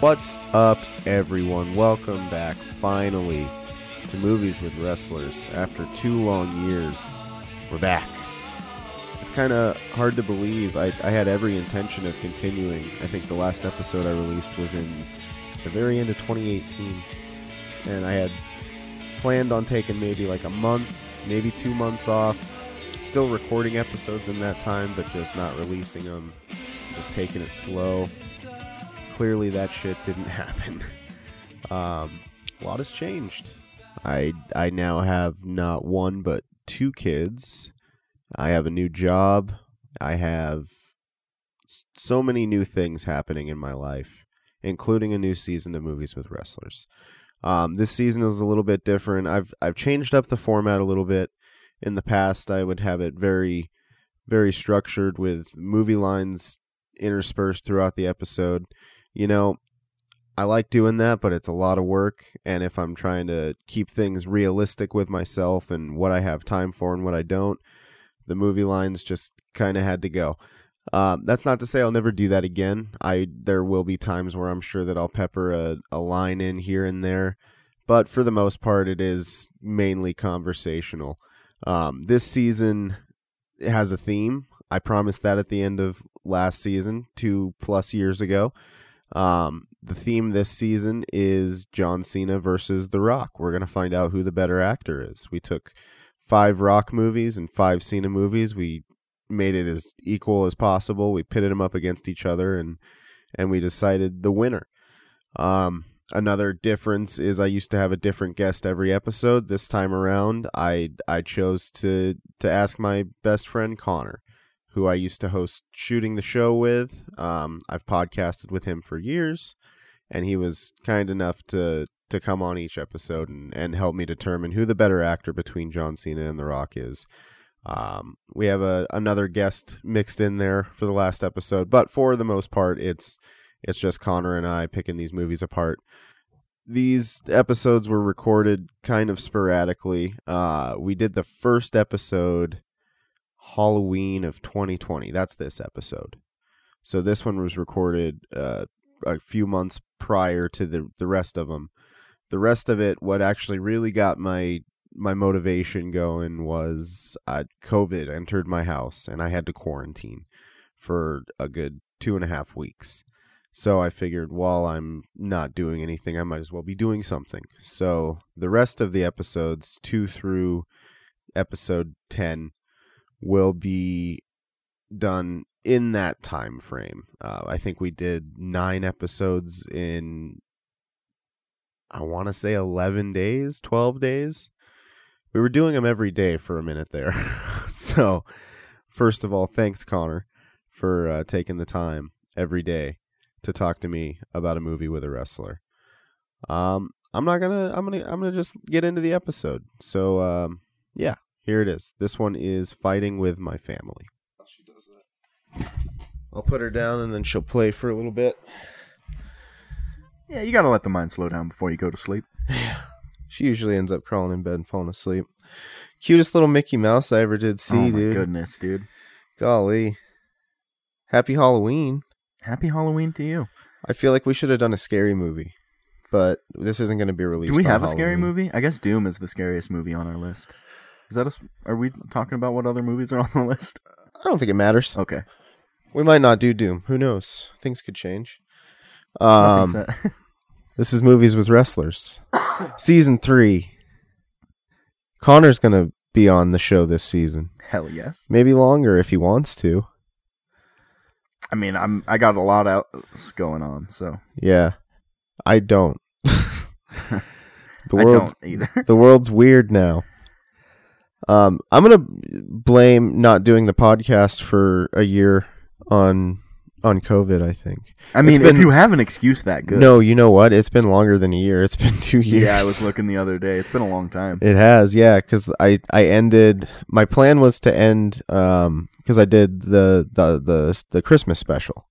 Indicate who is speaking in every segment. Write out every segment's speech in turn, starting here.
Speaker 1: What's up, everyone? Welcome back, finally, to Movies with Wrestlers. After two long years, we're back. It's kind of hard to believe. I, I had every intention of continuing. I think the last episode I released was in the very end of 2018, and I had planned on taking maybe like a month, maybe two months off. Still recording episodes in that time, but just not releasing them. Just taking it slow clearly that shit didn't happen. Um, a lot has changed. I I now have not one but two kids. I have a new job. I have s- so many new things happening in my life, including a new season of Movies with Wrestlers. Um, this season is a little bit different. I've I've changed up the format a little bit. In the past, I would have it very, very structured with movie lines interspersed throughout the episode you know, I like doing that, but it's a lot of work. And if I'm trying to keep things realistic with myself and what I have time for and what I don't, the movie lines just kind of had to go. Um, that's not to say I'll never do that again. I there will be times where I'm sure that I'll pepper a, a line in here and there, but for the most part, it is mainly conversational. Um, this season has a theme. I promised that at the end of last season, two plus years ago. Um, the theme this season is John Cena versus The Rock. We're going to find out who the better actor is. We took five Rock movies and five Cena movies. We made it as equal as possible. We pitted them up against each other and and we decided the winner. Um, another difference is I used to have a different guest every episode. This time around, I I chose to to ask my best friend Connor who I used to host shooting the show with. Um, I've podcasted with him for years, and he was kind enough to to come on each episode and, and help me determine who the better actor between John Cena and The Rock is. Um, we have a another guest mixed in there for the last episode, but for the most part, it's it's just Connor and I picking these movies apart. These episodes were recorded kind of sporadically. Uh, we did the first episode Halloween of 2020. That's this episode. So this one was recorded uh, a few months prior to the the rest of them. The rest of it, what actually really got my my motivation going was uh, COVID entered my house and I had to quarantine for a good two and a half weeks. So I figured while I'm not doing anything, I might as well be doing something. So the rest of the episodes, two through episode ten, will be done in that time frame. Uh, I think we did nine episodes in, I want to say 11 days, 12 days. We were doing them every day for a minute there. so, first of all, thanks, Connor, for uh, taking the time every day to talk to me about a movie with a wrestler. Um, I'm not gonna. I'm gonna. I'm gonna just get into the episode. So, um, yeah, here it is. This one is fighting with my family. Oh, She does that. I'll put her down and then she'll play for a little bit.
Speaker 2: Yeah, you gotta let the mind slow down before you go to sleep.
Speaker 1: She usually ends up crawling in bed and falling asleep. Cutest little Mickey Mouse I ever did see,
Speaker 2: oh my
Speaker 1: dude.
Speaker 2: goodness, dude!
Speaker 1: Golly. Happy Halloween.
Speaker 2: Happy Halloween to you.
Speaker 1: I feel like we should have done a scary movie, but this isn't going to be released.
Speaker 2: Do we
Speaker 1: on
Speaker 2: have a scary
Speaker 1: Halloween.
Speaker 2: movie? I guess Doom is the scariest movie on our list. Is that us? Are we talking about what other movies are on the list?
Speaker 1: I don't think it matters.
Speaker 2: Okay.
Speaker 1: We might not do Doom. Who knows? Things could change.
Speaker 2: I
Speaker 1: Um,
Speaker 2: think so.
Speaker 1: This is Movies with Wrestlers, Season 3. Connor's going to be on the show this season.
Speaker 2: Hell yes.
Speaker 1: Maybe longer if he wants to.
Speaker 2: I mean, I'm I got a lot else going on, so
Speaker 1: Yeah. I don't. the
Speaker 2: I
Speaker 1: world's
Speaker 2: don't either.
Speaker 1: the world's weird now. Um I'm going to blame not doing the podcast for a year on on COVID, I think.
Speaker 2: I mean,
Speaker 1: been-
Speaker 2: if you have an excuse that good,
Speaker 1: No, you know what? It's been longer than a year. It's been 2 years.
Speaker 2: Yeah, I was looking the other day. It's been a long time.
Speaker 1: It has, yeah, because I I ended my plan was to end um because I did the the the the Christmas special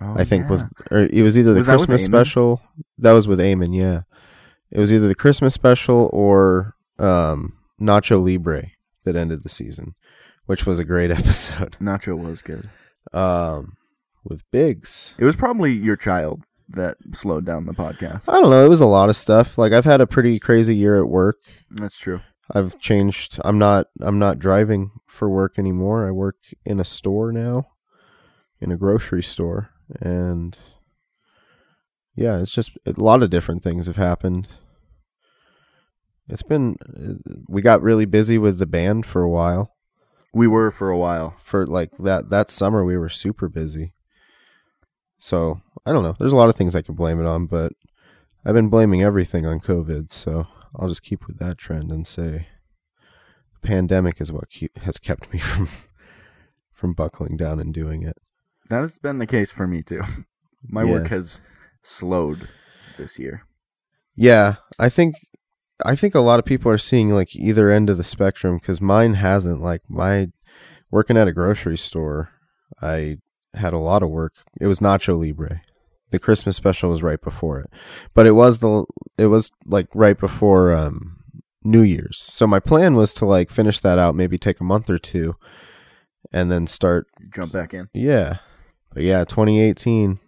Speaker 2: Oh,
Speaker 1: I think was
Speaker 2: yeah.
Speaker 1: or it was either the
Speaker 2: Was that with
Speaker 1: Christmas
Speaker 2: Eamon?
Speaker 1: special that was with Eamon, yeah. It was either the Christmas special or um Nacho Libre that ended the season, which was a great episode.
Speaker 2: Nacho was good.
Speaker 1: Um, with Biggs,
Speaker 2: It was probably your child that slowed down the podcast.
Speaker 1: I don't know. It was a lot of stuff. Like I've had a pretty crazy year at work.
Speaker 2: That's true.
Speaker 1: I've changed. I'm not. I'm not driving for work anymore. I work in a store now, in a grocery store, and yeah, it's just a lot of different things have happened. It's been. uh, We got really busy with the band for a while.
Speaker 2: We were for a while.
Speaker 1: For like that that summer, we were super busy. So I don't know. There's a lot of things I could blame it on, but I've been blaming everything on COVID. So I'll just keep with that trend and say the pandemic is what keep, has kept me from from buckling down and doing it.
Speaker 2: That has been the case for me too. My
Speaker 1: Yeah.
Speaker 2: work has slowed this year.
Speaker 1: Yeah, I think I think a lot of people are seeing like either end of the spectrum cuz mine hasn't like my working at a grocery store, I had a lot of work. It was Nacho Libre. The Christmas special was right before it. But it was the it was like right before um New Year's. So my plan was to like finish that out, maybe take a month or two and then start
Speaker 2: Jump back in.
Speaker 1: yeah. But yeah, 2018.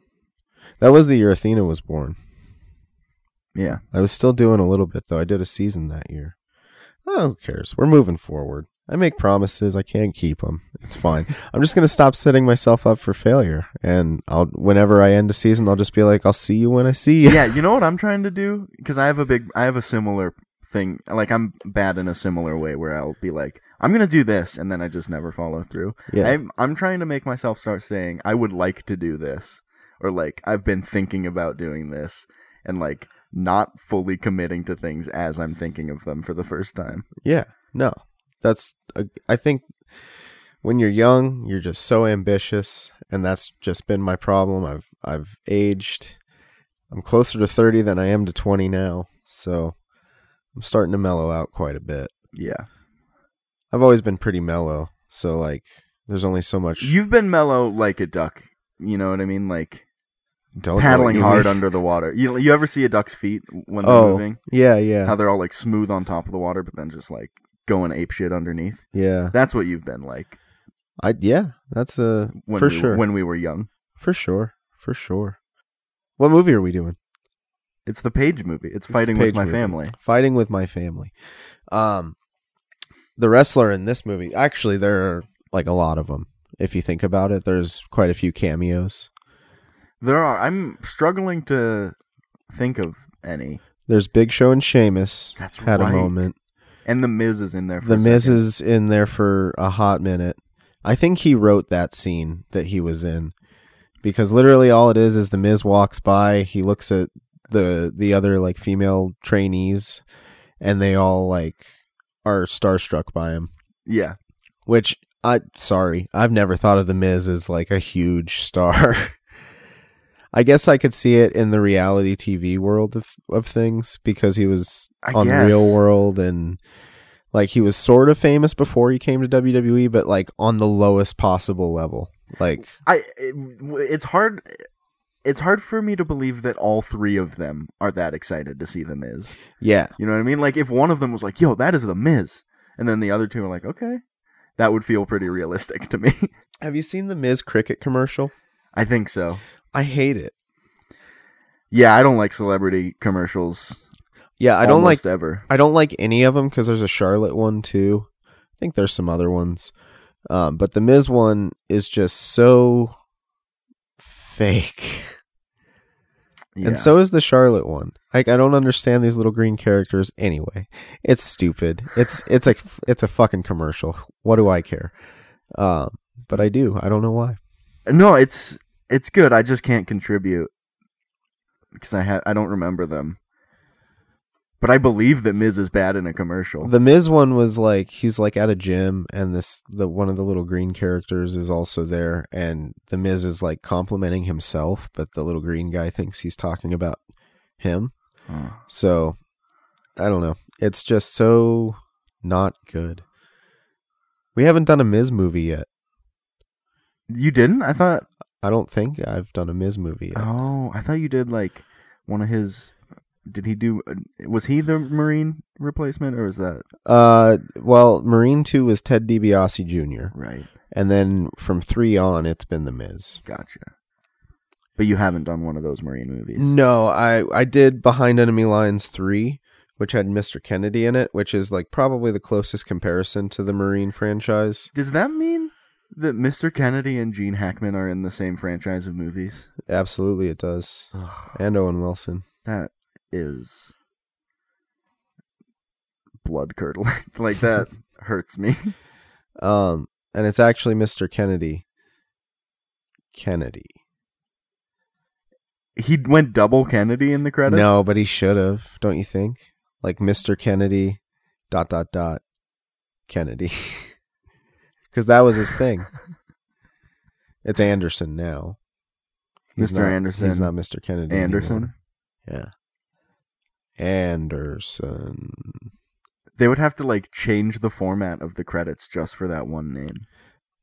Speaker 1: That was the year Athena was born.
Speaker 2: Yeah.
Speaker 1: I was still doing a little bit though. I did a season that year. Oh, who cares? We're moving forward. I make promises. I can't keep them. It's fine. I'm just gonna stop setting myself up for failure. And I'll whenever I end a season, I'll just be like, I'll see you when I see you.
Speaker 2: yeah, you know what I'm trying to do because I have a big, I have a similar thing. Like I'm bad in a similar way where I'll be like, I'm gonna do this, and then I just never follow through.
Speaker 1: Yeah.
Speaker 2: I'm, I'm trying to make myself start saying I would like to do this, or like I've been thinking about doing this, and like not fully committing to things as I'm thinking of them for the first time.
Speaker 1: Yeah. No. That's a- I think when you're young, you're just so ambitious and that's just been my problem. I've I've aged. I'm closer to 30 than I am to 20 now. So I'm starting to mellow out quite a bit.
Speaker 2: Yeah,
Speaker 1: I've always been pretty mellow, so like there's only so much
Speaker 2: you've been mellow like a duck. You know what I mean? Like
Speaker 1: don't know what
Speaker 2: paddling
Speaker 1: you
Speaker 2: hard
Speaker 1: mean.
Speaker 2: under the water. You you ever see a duck's feet when they're
Speaker 1: Oh,
Speaker 2: moving?
Speaker 1: yeah, yeah,
Speaker 2: how they're all like smooth on top of the water, but then just like going ape shit underneath.
Speaker 1: yeah.
Speaker 2: That's what you've been like
Speaker 1: I yeah, that's a
Speaker 2: when
Speaker 1: for
Speaker 2: we,
Speaker 1: sure,
Speaker 2: when we were young.
Speaker 1: for sure, for sure. What movie are we doing?
Speaker 2: It's the Page movie. It's,
Speaker 1: It's
Speaker 2: fighting
Speaker 1: the Page
Speaker 2: with my
Speaker 1: movie.
Speaker 2: family.
Speaker 1: Fighting with my family. Um, the wrestler in this movie. Actually, there are like a lot of them. If you think about it, there's quite a few cameos.
Speaker 2: There are. I'm struggling to think of any.
Speaker 1: There's Big Show and Sheamus
Speaker 2: That's
Speaker 1: had
Speaker 2: right.
Speaker 1: a moment.
Speaker 2: And the Miz is in there. For
Speaker 1: the
Speaker 2: a
Speaker 1: Miz
Speaker 2: second.
Speaker 1: is in there for a hot minute. I think he wrote that scene that he was in because literally all it is is the Miz walks by, he looks at the the other like female trainees, and they all like are starstruck by him.
Speaker 2: Yeah,
Speaker 1: Which I sorry, I've never thought of the Miz as like a huge star. I guess I could see it in the reality TV world of of things because he was
Speaker 2: I
Speaker 1: on
Speaker 2: guess.
Speaker 1: Real World and like he was sort of famous before he came to WWE, but like on the lowest possible level. Like
Speaker 2: I. It, it's hard. It's hard for me to believe that all three of them are that excited to see the Miz.
Speaker 1: yeah,
Speaker 2: You know what I mean? Like if one of them was like, "Yo, that is the Miz," and then the other two are like, "Okay," that would feel pretty realistic to me.
Speaker 1: have you seen the Miz cricket commercial?
Speaker 2: I think so.
Speaker 1: I hate it.
Speaker 2: Yeah, I don't like celebrity commercials.
Speaker 1: Yeah, I don't like
Speaker 2: almost ever.
Speaker 1: I don't like any of them because there's a Charlotte one too. I think there's some other ones, um, but the Miz one is just so fake,
Speaker 2: Yeah.
Speaker 1: and so is the Charlotte one. Like I don't understand these little green characters anyway. It's stupid. It's it's a it's a fucking commercial. What do I care? Um, but I do. I don't know why.
Speaker 2: no, it's it's good. I just can't contribute because I ha- I don't remember them. But I believe that Miz is bad in a commercial.
Speaker 1: The Miz one was like he's like at a gym and this the one of the little green characters is also there and the Miz is like complimenting himself, but the little green guy thinks he's talking about him.
Speaker 2: Oh.
Speaker 1: So I don't know. It's just so not good. We haven't done a Miz movie yet.
Speaker 2: You didn't? I thought.
Speaker 1: I don't think I've done a Miz movie yet.
Speaker 2: Oh, I thought you did like one of his. Did he do? uh, Was he the Marine replacement, or was that
Speaker 1: Uh well, Marine 2 was Ted DiBiase Jr.
Speaker 2: right?
Speaker 1: and then from 3 on it's been the Miz.
Speaker 2: Gotcha. But you haven't done one of those Marine movies.
Speaker 1: No, I I did Behind Enemy Lines 3, which had Mr. Kennedy in it, which is like probably the closest comparison to the Marine franchise.
Speaker 2: Does that mean that Mr. Kennedy and Gene Hackman are in the same franchise of movies?
Speaker 1: Absolutely it does. And Owen Wilson.
Speaker 2: that is blood curdling. like that hurts me.
Speaker 1: Um and it's actually Mr. Kennedy. Kennedy.
Speaker 2: He went double Kennedy in the credits.
Speaker 1: No, but he should have, don't you think? Like Mr. Kennedy dot dot dot Kennedy. Cuz that was his thing. it's Anderson now. He's
Speaker 2: Mr.
Speaker 1: not-
Speaker 2: Anderson.
Speaker 1: He's not Mr. Kennedy. anymore.
Speaker 2: Anderson.
Speaker 1: Anderson.
Speaker 2: They would have to like change the format of the credits just for that one name.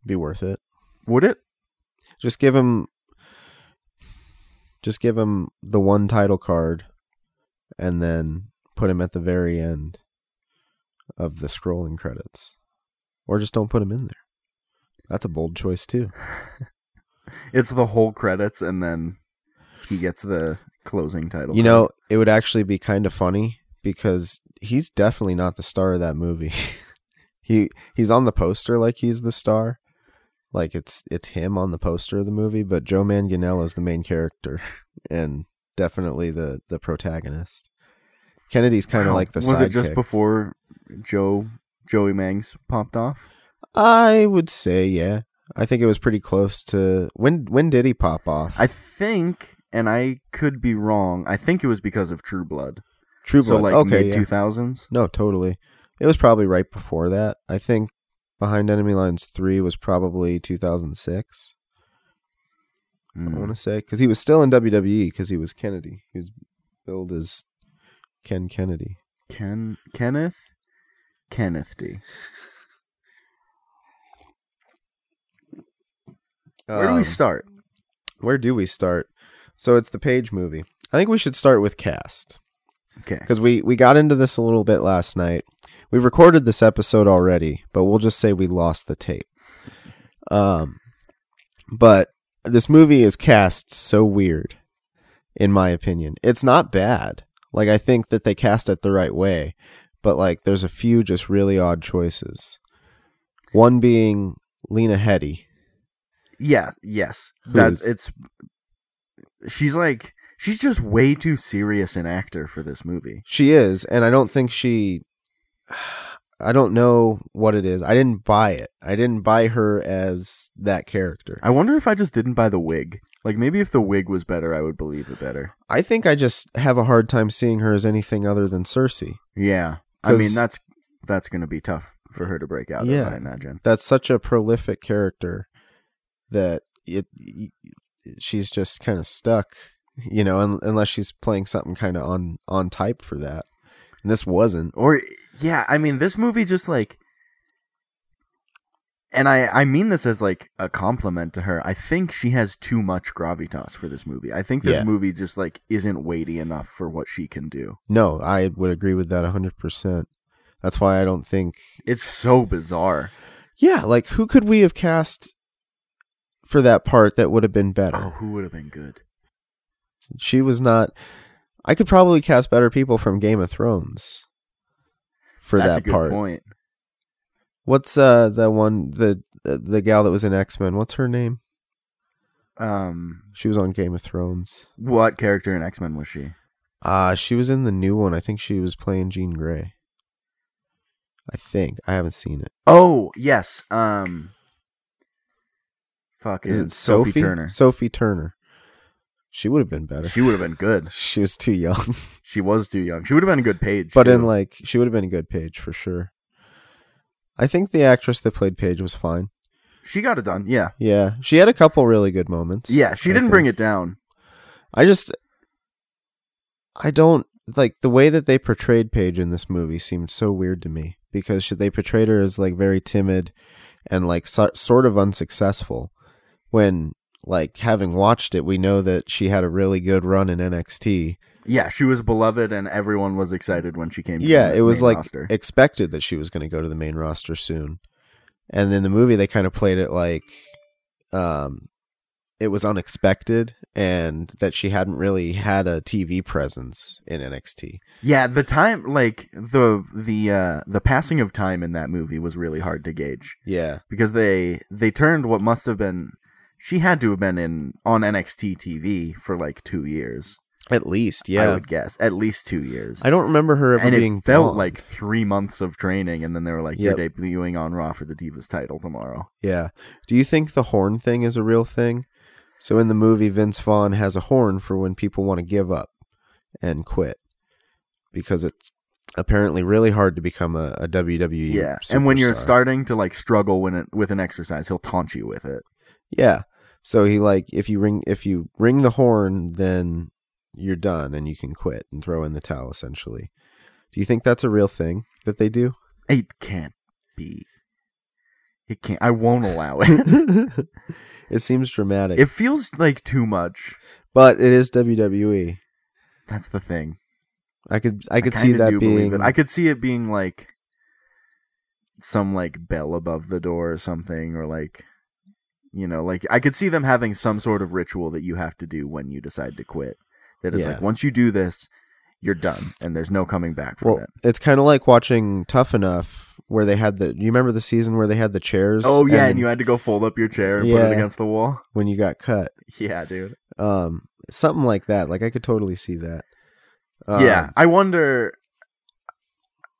Speaker 1: Be worth it.
Speaker 2: Would it?
Speaker 1: Just give him just give him the one title card and then put him at the very end of the scrolling credits. Or just don't put him in there. That's a bold choice too.
Speaker 2: It's the whole credits and then he gets the closing title.
Speaker 1: You know, it would actually be kind of funny because he's definitely not the star of that movie. he he's on the poster like he's the star. Like it's it's him on the poster of the movie, but Joe Manganiello is the main character and definitely the the protagonist. Kennedy's kind of
Speaker 2: Wow.
Speaker 1: like the
Speaker 2: Was it just
Speaker 1: sidekick.
Speaker 2: before Joe Joey Mangs popped off?
Speaker 1: I would say yeah. I think it was pretty close to when when did he pop off?
Speaker 2: I think and I could be wrong. I think it was because of True Blood.
Speaker 1: True
Speaker 2: So
Speaker 1: Blood.
Speaker 2: like
Speaker 1: okay,
Speaker 2: mid
Speaker 1: yeah.
Speaker 2: two thousands.
Speaker 1: No, totally. It was probably right before that. I think Behind Enemy Lines 3 was probably 2006,
Speaker 2: Hmm.
Speaker 1: I
Speaker 2: Mm.
Speaker 1: want to say. Because he was still in WWE because he was Kennedy. He was billed as Ken Kennedy.
Speaker 2: Ken Kenneth Kenneth D. Where do
Speaker 1: Um,
Speaker 2: we start?
Speaker 1: Where do we start? So it's the Page movie. I think we should start with cast
Speaker 2: Okay.
Speaker 1: because we, we got into this a little bit last night. We recorded this episode already, but we'll just say we lost the tape. Um, but this movie is cast so weird, in my opinion. It's not bad. Like I think that they cast it the right way, but like there's a few just really odd choices. One being Lena Headey.
Speaker 2: Yeah, yes.
Speaker 1: Who
Speaker 2: That's
Speaker 1: is-
Speaker 2: it's she's like she's just way too serious an actor for this movie.
Speaker 1: She is, and I don't think she. I don't know what it is. I didn't buy it. I didn't buy her as that character.
Speaker 2: I wonder if I just didn't buy the wig. Like maybe if the wig was better, I would believe it better.
Speaker 1: I think I just have a hard time seeing her as anything other than Cersei.
Speaker 2: Yeah. I mean
Speaker 1: 'Cause-
Speaker 2: that's that's gonna be tough for her to break out
Speaker 1: Yeah.
Speaker 2: of, I imagine.
Speaker 1: That's such a prolific character that it, y- y- she's just kind of stuck, you know, un, unless she's playing something kind of on on type for that. And this wasn't.
Speaker 2: Or yeah, I mean this movie just like and I, I mean this as like a compliment to her. I think she has too much gravitas for this movie. I think this
Speaker 1: Yeah.
Speaker 2: movie just like isn't weighty enough for what she can do.
Speaker 1: No, I would agree with that 100%. That's why I don't think
Speaker 2: It's so bizarre.
Speaker 1: Yeah, like who could we have cast for that part that would have been better?
Speaker 2: Oh, who would have been good?
Speaker 1: She was not. I could probably cast better people from Game of Thrones for
Speaker 2: That's
Speaker 1: that
Speaker 2: a good
Speaker 1: part.
Speaker 2: point.
Speaker 1: What's uh the one the the, the gal that was in X Men? What's her name?
Speaker 2: Um,
Speaker 1: She was on Game of Thrones.
Speaker 2: what character in X Men was she?
Speaker 1: Uh she was in the new one. I think she was playing Jean Grey. I think I haven't seen it.
Speaker 2: Oh, yes. Um, fuck,
Speaker 1: Is
Speaker 2: is
Speaker 1: it Sophie,
Speaker 2: Turner?
Speaker 1: Sophie Turner. She would have been better.
Speaker 2: She would have been good.
Speaker 1: she was too young.
Speaker 2: She was too young. She would have been a good page.
Speaker 1: But
Speaker 2: too.
Speaker 1: in like, she would have been a good Paige for sure. I think the actress that played Paige was fine.
Speaker 2: she got it done. Yeah,
Speaker 1: Yeah, she had a couple really good moments.
Speaker 2: yeah. She
Speaker 1: I
Speaker 2: didn't
Speaker 1: think.
Speaker 2: bring it down.
Speaker 1: I just, I don't like the way that they portrayed Paige in this movie seemed so weird to me because she, they portrayed her as like very timid and like so, sort of unsuccessful. When like having watched it, we know that she had a really good run in NXT.
Speaker 2: Yeah, she was beloved, and everyone was excited when she came. To
Speaker 1: yeah,
Speaker 2: the
Speaker 1: it was
Speaker 2: main
Speaker 1: like
Speaker 2: roster.
Speaker 1: expected that she was going to go to the main roster soon. And in the movie, they kind of played it like, um, it was unexpected and that she hadn't really had a TV presence in NXT.
Speaker 2: Yeah, the time like the the uh the passing of time in that movie was really hard to gauge
Speaker 1: Yeah.
Speaker 2: because they they turned what must have been she had to have been in on NXT TV for like 2 years.
Speaker 1: At least,
Speaker 2: I
Speaker 1: yeah.
Speaker 2: would guess, at least 2 years.
Speaker 1: I don't remember her ever
Speaker 2: and it
Speaker 1: being
Speaker 2: felt
Speaker 1: blonde.
Speaker 2: like 3 months of training and then they were like you're debuting on Raw for the Divas title tomorrow.
Speaker 1: Yeah. Do you think the horn thing is a real thing? So in the movie, Vince Vaughn has a horn for when people want to give up and quit because it's apparently really hard to become a, a WWE.
Speaker 2: Yeah. And when you're
Speaker 1: superstar.
Speaker 2: starting to like struggle when it, with an exercise, he'll taunt you with it.
Speaker 1: yeah. So he like if you ring if you ring the horn, then you're done and you can quit and throw in the towel essentially. Do you think that's a real thing that they do?
Speaker 2: It can't be. It can't. I won't allow it.
Speaker 1: it seems dramatic,
Speaker 2: it feels like too much.
Speaker 1: but it is WWE.
Speaker 2: That's the thing.
Speaker 1: I could I could see
Speaker 2: kinda
Speaker 1: that
Speaker 2: do believe
Speaker 1: being
Speaker 2: it. I could see it being like some like bell above the door or something, or like you know, like I could see them having some sort of ritual that you have to do when you decide to quit. That is
Speaker 1: Yeah.
Speaker 2: like once you do this, you're done, and there's no coming back from
Speaker 1: Well,
Speaker 2: it.
Speaker 1: it's kind of like watching Tough Enough, where they had the. You remember the season where they had the chairs?
Speaker 2: Oh yeah, and, you had to go fold up your chair and put
Speaker 1: Yeah.
Speaker 2: it against the wall.
Speaker 1: when you got cut,
Speaker 2: Yeah, dude.
Speaker 1: um, something like that. Like I could totally see that. Um,
Speaker 2: yeah, I wonder.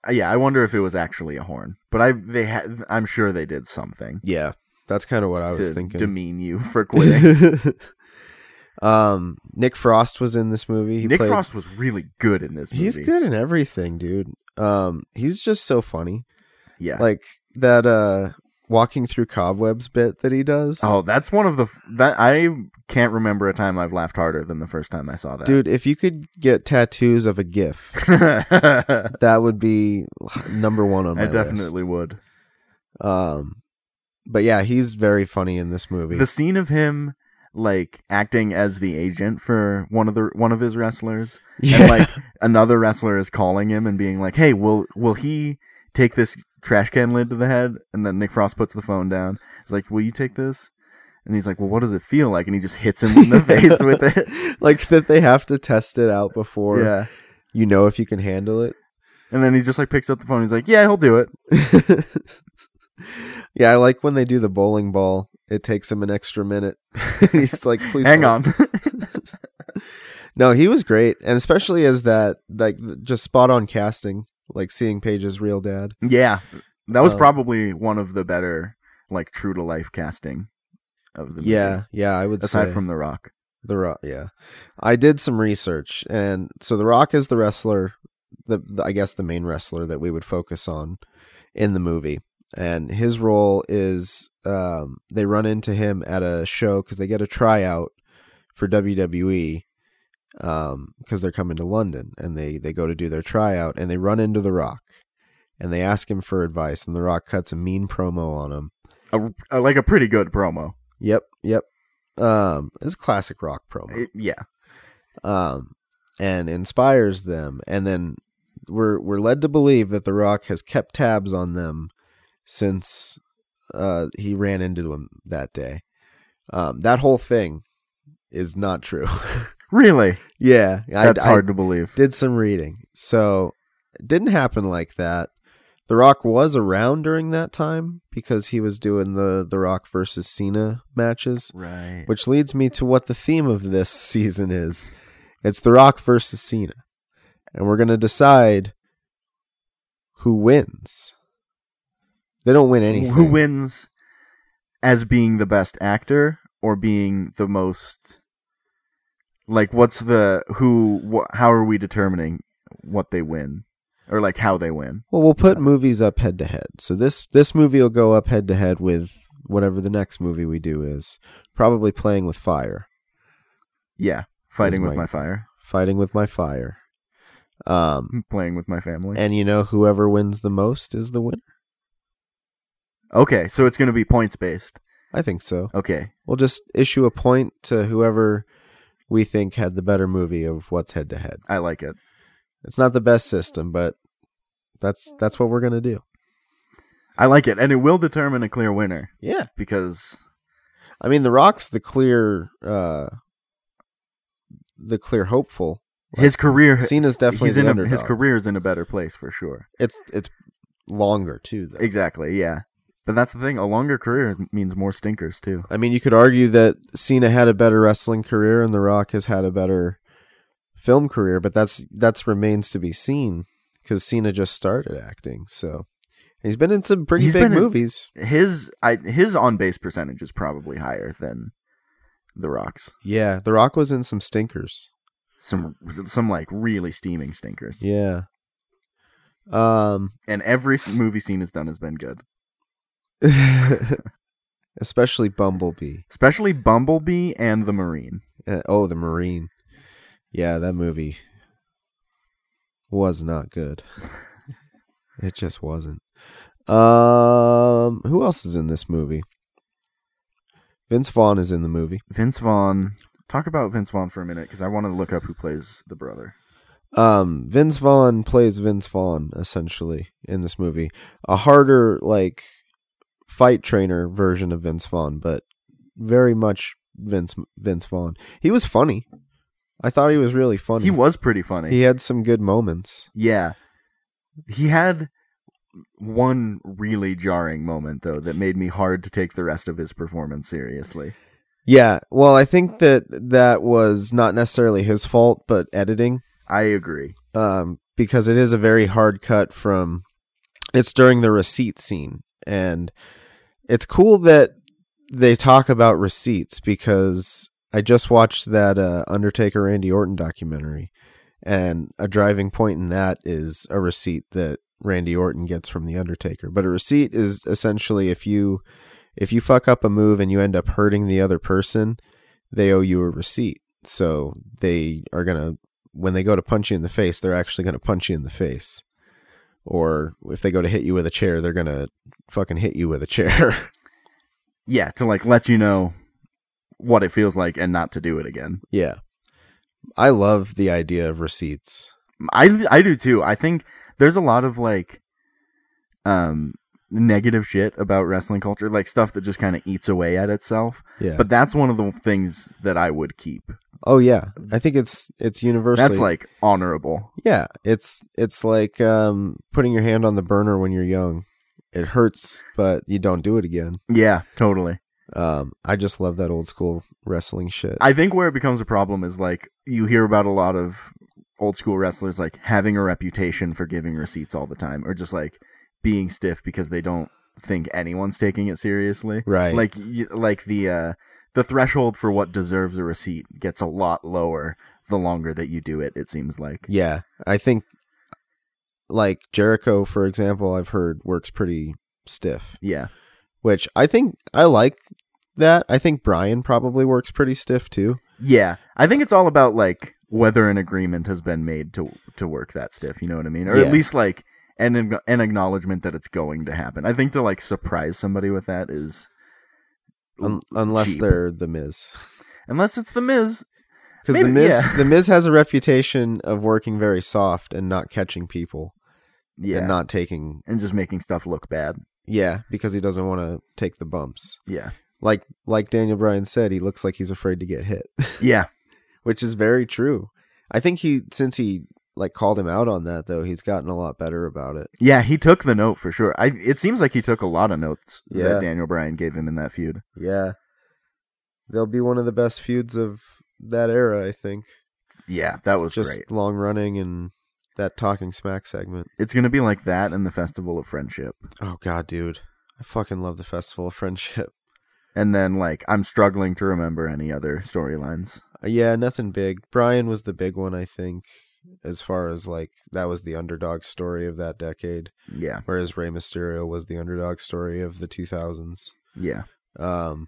Speaker 2: uh, Yeah, I wonder if it was actually a horn, but I they had. I'm sure they did something
Speaker 1: yeah, that's kind of what I was
Speaker 2: to
Speaker 1: thinking.
Speaker 2: demean you for quitting.
Speaker 1: um, Nick Frost was in this movie. He
Speaker 2: Nick
Speaker 1: played-
Speaker 2: Frost was really good in this movie.
Speaker 1: He's good in everything, dude. Um, he's just so funny.
Speaker 2: Yeah.
Speaker 1: Like that uh, walking through cobwebs bit that he does.
Speaker 2: oh, that's one of the f- that I can't remember a time I've laughed harder than the first time I saw that.
Speaker 1: dude, if you could get tattoos of a GIF.
Speaker 2: I
Speaker 1: that would be number one on my
Speaker 2: definitely would.
Speaker 1: list. Um, but yeah, he's very funny in this movie.
Speaker 2: The scene of him like acting as the agent for one of the one of his wrestlers
Speaker 1: yeah,
Speaker 2: and like another wrestler is calling him and being like, "Hey, will will he take this trash can lid to the head?" And then Nick Frost puts the phone down. He's like, "Will you take this?" And he's like, "Well, what does it feel like?" And he just hits him in the face with it.
Speaker 1: like that they have to test it out before
Speaker 2: yeah.
Speaker 1: you know if you can handle it.
Speaker 2: And then he just like picks up the phone. He's like, "Yeah, he'll do it."
Speaker 1: yeah, I like when they do the bowling ball. It takes him an extra minute. he's like, please
Speaker 2: Hang
Speaker 1: hold."
Speaker 2: on.
Speaker 1: No, he was great, and especially as that like just spot on casting, like seeing Paige's real dad.
Speaker 2: yeah, that was
Speaker 1: Um,
Speaker 2: probably one of the better like true to life casting of the movie.
Speaker 1: Yeah, yeah, I would
Speaker 2: Aside
Speaker 1: say.
Speaker 2: from The Rock,
Speaker 1: The Rock, yeah. I did some research, and so The Rock is the wrestler, the, the I guess the main wrestler that we would focus on in the movie, and his role is um, they run into him at a show because they get a tryout for WWE because um, they're coming to London, and they they go to do their tryout, and they run into The Rock, and they ask him for advice, and The Rock cuts a mean promo on him.
Speaker 2: a, a, like a pretty good promo.
Speaker 1: Yep, yep. Um, it's a classic Rock promo.
Speaker 2: It- yeah,
Speaker 1: um, and inspires them. And then we're we're led to believe that The Rock has kept tabs on them since uh, he ran into him that day. Um, that whole thing is not true.
Speaker 2: really,
Speaker 1: yeah, I-
Speaker 2: that's
Speaker 1: I
Speaker 2: hard to believe.
Speaker 1: did some reading, so it didn't happen like that. The Rock was around during that time because he was doing the The Rock versus Cena matches.
Speaker 2: Right.
Speaker 1: Which leads me to what the theme of this season is. It's The Rock versus Cena. And we're going to decide who wins. They don't win anything.
Speaker 2: Who wins as being the best actor or being the most like what's the who wh- how are we determining what they win or like how they win?
Speaker 1: Well, we'll put movies up head to head. So this this movie will go up head to head with whatever the next movie we do is. Probably playing with fire,
Speaker 2: Yeah, fighting
Speaker 1: Is
Speaker 2: with
Speaker 1: my-
Speaker 2: my fire,
Speaker 1: fighting with my fire. Um
Speaker 2: playing with my family.
Speaker 1: and you know whoever wins the most is the winner.
Speaker 2: Okay, so it's going to be points based.
Speaker 1: I think so.
Speaker 2: Okay.
Speaker 1: We'll just issue a point to whoever we think had the better movie of what's head to head.
Speaker 2: I like it.
Speaker 1: It's not the best system, but that's that's what we're gonna do.
Speaker 2: I like it and it will determine a clear winner
Speaker 1: Yeah,
Speaker 2: because
Speaker 1: I mean, The Rock's the clear, uh, the clear hopeful.
Speaker 2: his career
Speaker 1: Cena's definitely
Speaker 2: he's
Speaker 1: the
Speaker 2: in a,
Speaker 1: underdog.
Speaker 2: his career is in a better place for sure.
Speaker 1: It's it's longer too. Though.
Speaker 2: Exactly, yeah. But that's the thing. A longer career means more stinkers too.
Speaker 1: I mean, you could argue that Cena had a better wrestling career and The Rock has had a better film career, but that's that's remains to be seen because Cena just started acting. So he's been in some pretty
Speaker 2: He's
Speaker 1: big
Speaker 2: been in-
Speaker 1: movies.
Speaker 2: His I his on base percentage is probably higher than the Rock's.
Speaker 1: yeah, The Rock was in some stinkers.
Speaker 2: Some some like really steaming stinkers.
Speaker 1: Yeah. Um,
Speaker 2: And every s- movie scene has done has been good.
Speaker 1: especially Bumblebee.
Speaker 2: Especially Bumblebee and the Marine.
Speaker 1: Uh, oh, the Marine. Yeah, that movie was not good. it just wasn't. Um, who else is in this movie? Vince Vaughn is in the movie.
Speaker 2: Vince Vaughn. Talk about Vince Vaughn for a minute because I want to look up who plays the brother.
Speaker 1: Um, Vince Vaughn plays Vince Vaughn essentially in this movie. A harder like fight trainer version of Vince Vaughn, but very much Vince Vince Vaughn. He was funny. I thought he was really funny.
Speaker 2: He was pretty funny.
Speaker 1: He had some good moments.
Speaker 2: Yeah. He had one really jarring moment though that made me hard to take the rest of his performance seriously.
Speaker 1: Yeah, well, I think that that was not necessarily his fault, but editing,
Speaker 2: I agree.
Speaker 1: um, because it is a very hard cut from. It's during the receipt scene, and it's cool that they talk about receipts because I just watched that uh, Undertaker Randy Orton documentary, and a driving point in that is a receipt that Randy Orton gets from the Undertaker. But a receipt is essentially if you if you fuck up a move and you end up hurting the other person, they owe you a receipt. So they are gonna when they go to punch you in the face, they're actually gonna punch you in the face. Or if they go to hit you with a chair, they're gonna fucking hit you with a chair.
Speaker 2: Yeah, to like let you know what it feels like and not to do it again.
Speaker 1: Yeah. I love the idea of receipts.
Speaker 2: I I do too. I think there's a lot of like um negative shit about wrestling culture, like stuff that just kind of eats away at itself.
Speaker 1: Yeah.
Speaker 2: But that's one of the things that I would keep.
Speaker 1: oh yeah. I think it's it's universally
Speaker 2: That's like honorable.
Speaker 1: Yeah, it's it's like um putting your hand on the burner when you're young. It hurts, but you don't do it again.
Speaker 2: Yeah, totally.
Speaker 1: Um I just love that old school wrestling shit.
Speaker 2: I think where it becomes a problem is like you hear about a lot of old school wrestlers like having a reputation for giving receipts all the time or just like being stiff because they don't think anyone's taking it seriously.
Speaker 1: right.
Speaker 2: Like y- like the uh the threshold for what deserves a receipt gets a lot lower the longer that you do it it seems like.
Speaker 1: Yeah, I think like Jericho, for example, I've heard works pretty stiff,
Speaker 2: Yeah.
Speaker 1: which I think I like that. I think Brian probably works pretty stiff too.
Speaker 2: Yeah. I think it's all about like whether an agreement has been made to to work that stiff, you know what I mean? Or
Speaker 1: Yeah.
Speaker 2: at least like an ag- an acknowledgement that it's going to happen. I think to like surprise somebody with that is
Speaker 1: Un- unless
Speaker 2: Cheap.
Speaker 1: they're the Miz,
Speaker 2: unless it's the Miz.
Speaker 1: because the
Speaker 2: Maybe,
Speaker 1: Miz
Speaker 2: yeah.
Speaker 1: the Miz has a reputation of working very soft and not catching people
Speaker 2: Yeah.
Speaker 1: and not taking
Speaker 2: and just making stuff look bad.
Speaker 1: yeah because he doesn't want to take the bumps.
Speaker 2: Yeah.
Speaker 1: Like like Daniel Bryan said, he looks like he's afraid to get hit.
Speaker 2: Yeah.
Speaker 1: which is very true. I think he since he like called him out on that though, he's gotten a lot better about it.
Speaker 2: Yeah, he took the note for sure. I it seems like he took a lot of notes
Speaker 1: Yeah.
Speaker 2: that Daniel Bryan gave him in that feud.
Speaker 1: Yeah. They'll be one of the best feuds of that era, I think.
Speaker 2: Yeah, that was
Speaker 1: Just
Speaker 2: great.
Speaker 1: long running and that talking smack segment.
Speaker 2: It's going to be like that and the Festival of Friendship.
Speaker 1: Oh god, dude. I fucking love the Festival of Friendship.
Speaker 2: And then like I'm struggling to remember any other storylines.
Speaker 1: Uh, Yeah, nothing big. Brian was the big one, I think, as far as like that was the underdog story of that decade,
Speaker 2: Yeah.
Speaker 1: whereas Rey Mysterio was the underdog story of the 2000s.
Speaker 2: Yeah.
Speaker 1: Um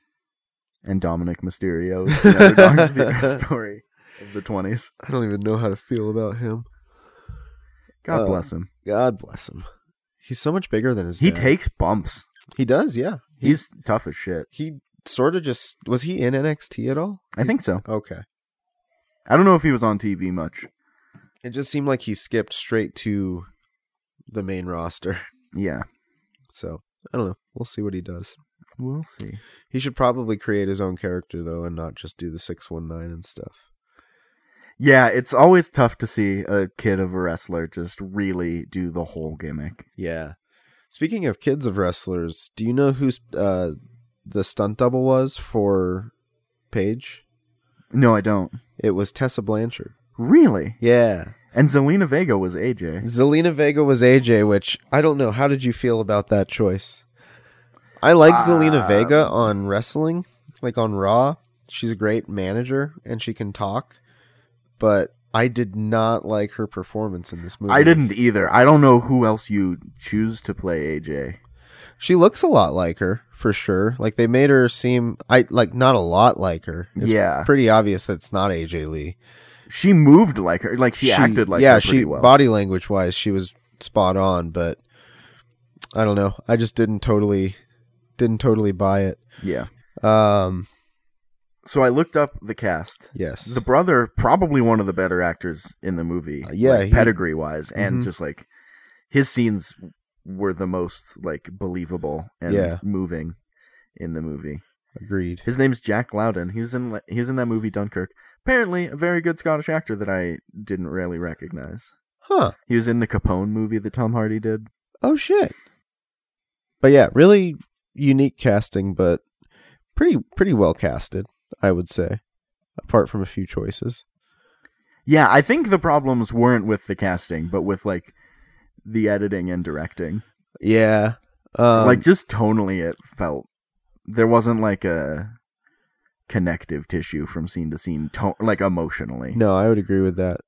Speaker 2: and Dominic Mysterio is the underdog st- story of the 20s.
Speaker 1: I don't even know how to feel about him.
Speaker 2: God
Speaker 1: Uh,
Speaker 2: bless him.
Speaker 1: God bless him. He's so much bigger than his
Speaker 2: He
Speaker 1: dad.
Speaker 2: takes bumps.
Speaker 1: He does, yeah. He,
Speaker 2: He's tough as shit.
Speaker 1: he sort of just was he in NXT at all?
Speaker 2: I think so.
Speaker 1: Okay.
Speaker 2: I don't know if he was on TV much.
Speaker 1: It just seemed like he skipped straight to the main roster.
Speaker 2: Yeah.
Speaker 1: So I don't know. We'll see what he does.
Speaker 2: We'll see.
Speaker 1: He should probably create his own character though, and not just do the six one nine and stuff.
Speaker 2: Yeah, it's always tough to see a kid of a wrestler just really do the whole gimmick.
Speaker 1: Yeah. Speaking of kids of wrestlers, do you know who's uh, the stunt double was for Paige?
Speaker 2: No, I don't.
Speaker 1: It was Tessa Blanchard.
Speaker 2: Really?
Speaker 1: Yeah.
Speaker 2: And Zelina Vega was AJ.
Speaker 1: Zelina Vega was AJ, which I don't know. How did you feel about that choice? I like Zelina
Speaker 2: Um,
Speaker 1: Vega on wrestling, like on Raw. She's a great manager and she can talk, but I did not like her performance in this movie.
Speaker 2: I didn't either. I don't know who else you choose to play AJ.
Speaker 1: She looks a lot like her for sure. Like they made her seem I like not a lot like her. It's
Speaker 2: yeah.
Speaker 1: pretty obvious that it's not AJ Lee.
Speaker 2: She moved like her. Like she, acted like
Speaker 1: yeah.
Speaker 2: her pretty
Speaker 1: she
Speaker 2: well.
Speaker 1: body language wise, she was spot on, but I don't know. I just didn't totally didn't totally buy it.
Speaker 2: yeah.
Speaker 1: Um.
Speaker 2: So I looked up the cast.
Speaker 1: Yes.
Speaker 2: The brother, probably one of the better actors in the movie.
Speaker 1: Uh, yeah,
Speaker 2: like,
Speaker 1: he-
Speaker 2: pedigree wise, and
Speaker 1: Mhm.
Speaker 2: just like his scenes were the most like believable and
Speaker 1: Yeah.
Speaker 2: moving in the movie.
Speaker 1: Agreed.
Speaker 2: His name's Jack Loudon. He was in he was in that movie Dunkirk. Apparently, a very good Scottish actor that I didn't really recognize.
Speaker 1: Huh.
Speaker 2: He was in the Capone movie that Tom Hardy did.
Speaker 1: Oh shit. But yeah, really unique casting, but pretty pretty well casted, I would say. Apart from a few choices.
Speaker 2: Yeah, I think the problems weren't with the casting, but with like the editing and directing.
Speaker 1: Yeah. Um,
Speaker 2: like just tonally, it felt there wasn't like a connective tissue from scene to scene, to- like emotionally.
Speaker 1: no, I would agree with that.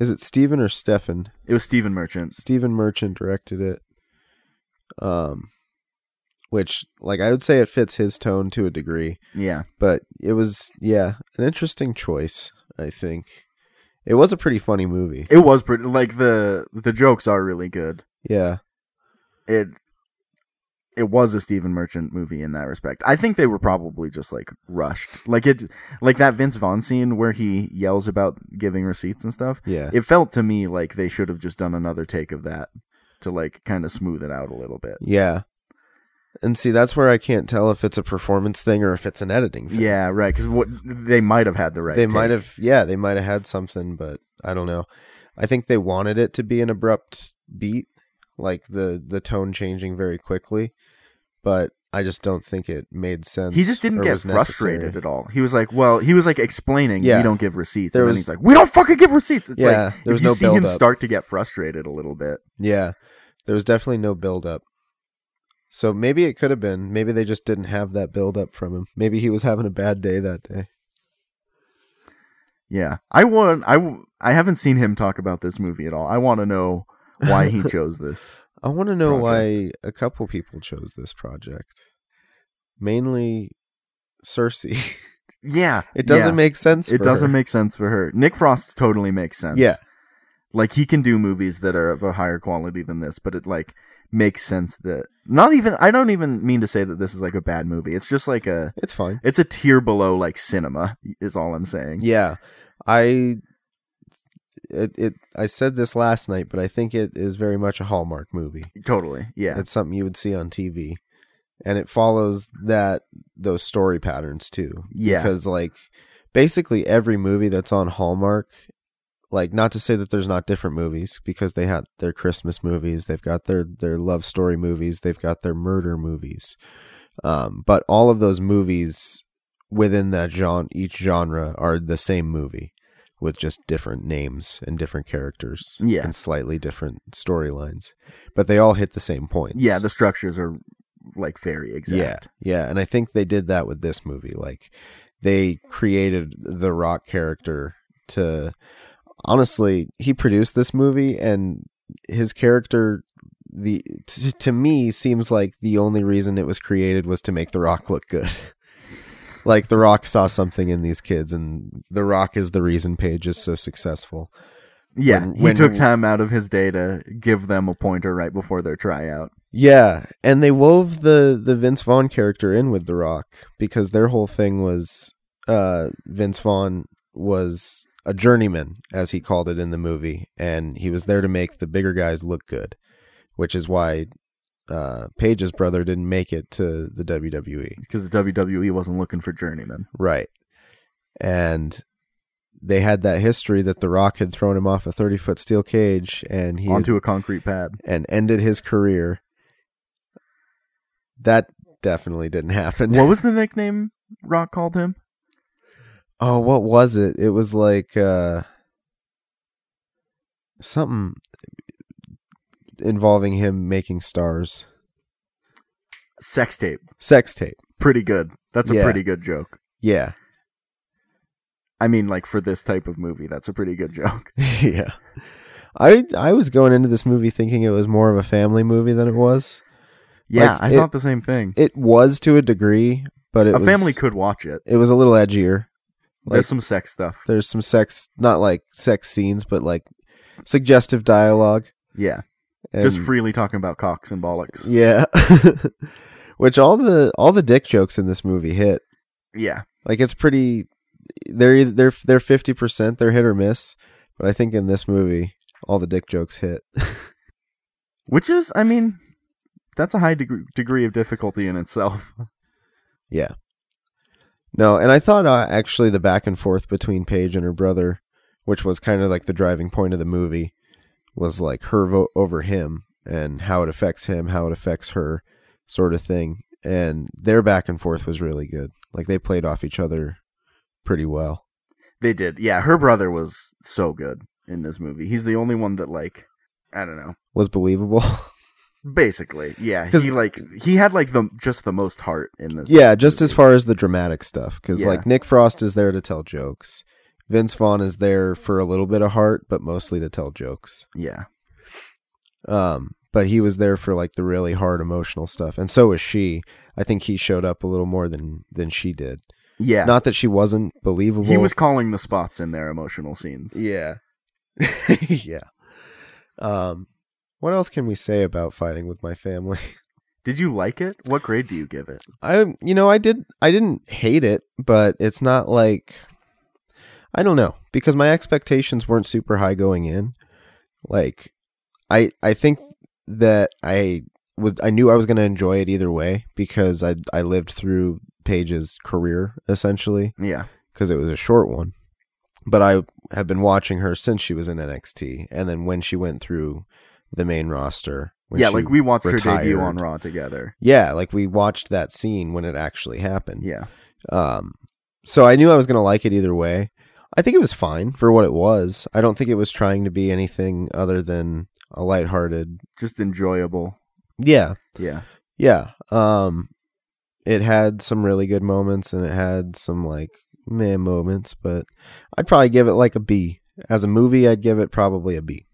Speaker 1: Is it Steven or Stefan?
Speaker 2: It was Stephen Merchant.
Speaker 1: Steven Merchant directed it. Um which like I would say it fits his tone to a degree,
Speaker 2: Yeah,
Speaker 1: but it was yeah, an interesting choice, I think. It was a pretty funny movie.
Speaker 2: it was pretty. Like the the jokes are really good.
Speaker 1: Yeah.
Speaker 2: It it was a Stephen Merchant movie in that respect. I think they were probably just like rushed. Like it, like that Vince Vaughn scene where he yells about giving receipts and stuff.
Speaker 1: Yeah.
Speaker 2: it felt to me like they should have just done another take of that to like kind of smooth it out a little bit.
Speaker 1: Yeah. And see, that's where I can't tell if it's a performance thing or if it's an editing thing.
Speaker 2: Yeah, right. Because what they might have had the right.
Speaker 1: they
Speaker 2: take.
Speaker 1: might have, yeah, they might have had something, but I don't know. I think they wanted it to be an abrupt beat, like the the tone changing very quickly, but I just don't think it made sense.
Speaker 2: He just didn't
Speaker 1: or
Speaker 2: get
Speaker 1: was necessary.
Speaker 2: frustrated at all. He was like, "Well, he was like explaining
Speaker 1: Yeah.
Speaker 2: we don't give receipts,"
Speaker 1: There
Speaker 2: and
Speaker 1: was-
Speaker 2: then he's like, "We don't fucking give receipts." It's
Speaker 1: Yeah,
Speaker 2: like
Speaker 1: there was
Speaker 2: if you
Speaker 1: no
Speaker 2: see him
Speaker 1: buildup.
Speaker 2: start to get frustrated a little bit.
Speaker 1: Yeah. There was definitely no build up. So maybe it could have been. Maybe they just didn't have that build up from him. Maybe he was having a bad day that day.
Speaker 2: Yeah, I want. I w- I haven't seen him talk about this movie at all. I want to know why he chose this.
Speaker 1: I want to know
Speaker 2: project.
Speaker 1: why a couple people chose this project. Mainly Cersei.
Speaker 2: Yeah,
Speaker 1: It doesn't
Speaker 2: yeah.
Speaker 1: make sense.
Speaker 2: it
Speaker 1: for
Speaker 2: doesn't
Speaker 1: her.
Speaker 2: make sense for her. Nick Frost totally makes sense.
Speaker 1: Yeah.
Speaker 2: Like he can do movies that are of a higher quality than this, but it like makes sense that not even I don't even mean to say that this is like a bad movie. It's just like a
Speaker 1: It's fine.
Speaker 2: it's a tier below like cinema is all I'm saying.
Speaker 1: Yeah, I. It, it I said this last night, but I think it is very much a Hallmark movie.
Speaker 2: Totally. Yeah.
Speaker 1: It's something you would see on TV, and it follows that those story patterns too.
Speaker 2: yeah.
Speaker 1: because like basically every movie that's on Hallmark, like not to say that there's not different movies because they have their Christmas movies, they've got their their love story movies, they've got their murder movies, um, but all of those movies within that genre, each genre, are the same movie with just different names and different characters,
Speaker 2: Yeah.
Speaker 1: and slightly different storylines, but they all hit the same points.
Speaker 2: Yeah, the structures are like very exact.
Speaker 1: Yeah, yeah, and I think they did that with this movie. Like they created the Rock character to honestly, he produced this movie and his character the t- to me seems like the only reason it was created was to make the Rock look good. like the Rock saw something in these kids and the Rock is the reason Paige is so successful.
Speaker 2: Yeah.
Speaker 1: When-
Speaker 2: he
Speaker 1: when-
Speaker 2: took time out of his day to give them a pointer right before their tryout.
Speaker 1: Yeah, and they wove the the Vince Vaughn character in with The Rock because their whole thing was uh Vince Vaughn was a journeyman as he called it in the movie and he was there to make the bigger guys look good, which is why uh, Paige's brother didn't make it to the WWE.
Speaker 2: because the WWE E wasn't looking for journeymen.
Speaker 1: Right. And they had that history that The Rock had thrown him off a 30 foot steel cage and he
Speaker 2: onto a concrete pad.
Speaker 1: and ended his career. That definitely didn't happen.
Speaker 2: What was the nickname Rock called him?
Speaker 1: Oh, what was it? It was like uh something involving him making stars.
Speaker 2: Sex tape.
Speaker 1: Sex tape.
Speaker 2: Pretty good. That's a
Speaker 1: Yeah.
Speaker 2: pretty good joke.
Speaker 1: Yeah.
Speaker 2: I mean, like for this type of movie, that's a pretty good joke.
Speaker 1: yeah. I I was going into this movie thinking it was more of a family movie than it was.
Speaker 2: Yeah,
Speaker 1: Like,
Speaker 2: I
Speaker 1: it-
Speaker 2: thought the same thing.
Speaker 1: It was to a degree, but it
Speaker 2: a
Speaker 1: was,
Speaker 2: family could watch it.
Speaker 1: It was a little edgier. Like-
Speaker 2: There's some sex stuff.
Speaker 1: There's some sex, not like sex scenes, but like suggestive dialogue.
Speaker 2: Yeah, just
Speaker 1: and-
Speaker 2: freely talking about cocks and bollocks.
Speaker 1: Yeah. Which all the all the dick jokes in this movie hit.
Speaker 2: Yeah,
Speaker 1: Like it's pretty. They're eith- they're they're fifty percent. They're hit or miss. But I think in this movie, all the dick jokes hit.
Speaker 2: which is, I mean, that's a high deg- degree of difficulty in itself.
Speaker 1: No, and I thought uh, actually the back and forth between Paige and her brother, which was kind of like the driving point of the movie, was like her vote over him and how it affects him, how it affects her, sort of thing. And their back and forth was really good. Like they played off each other pretty well.
Speaker 2: They did. Yeah, her brother was so good in this movie. He's the only one that like, I don't know.
Speaker 1: Was believable.
Speaker 2: Basically, yeah.
Speaker 1: 'Cause-
Speaker 2: He like he had like the just the most heart in this.
Speaker 1: yeah, just as
Speaker 2: movie.
Speaker 1: far as the dramatic stuff, because
Speaker 2: Yeah.
Speaker 1: like Nick Frost is there to tell jokes. Vince Vaughn is there for a little bit of heart, but mostly to tell jokes.
Speaker 2: Yeah,
Speaker 1: Um, but he was there for like the really hard emotional stuff, and so was she. I think he showed up a little more than than she did.
Speaker 2: yeah.
Speaker 1: Not that she wasn't believable.
Speaker 2: he was calling the spots in their emotional scenes.
Speaker 1: Yeah. yeah. Um, what else can we say about fighting with my family?
Speaker 2: Did you like it? What grade do you give it?
Speaker 1: I you know I did I didn't hate it, but it's not like I don't know because my expectations weren't super high going in. Like I I think that I was I knew I was going to enjoy it either way because I I lived through Paige's career essentially
Speaker 2: Yeah,
Speaker 1: because it was a short one. But I have been watching her since she was in NXT and then when she went through the main roster. When
Speaker 2: yeah.
Speaker 1: she-
Speaker 2: Like we watched her debut
Speaker 1: retired.
Speaker 2: on Raw together.
Speaker 1: yeah, like we watched that scene when it actually happened.
Speaker 2: Yeah,
Speaker 1: Um, so I knew I was going to like it either way. I think it was fine for what it was. I don't think it was trying to be anything other than a lighthearted.
Speaker 2: just enjoyable.
Speaker 1: Yeah,
Speaker 2: Yeah,
Speaker 1: yeah. Um, it had some really good moments and it had some like meh moments, but I'd probably give it like a B. As a movie, I'd give it probably a B.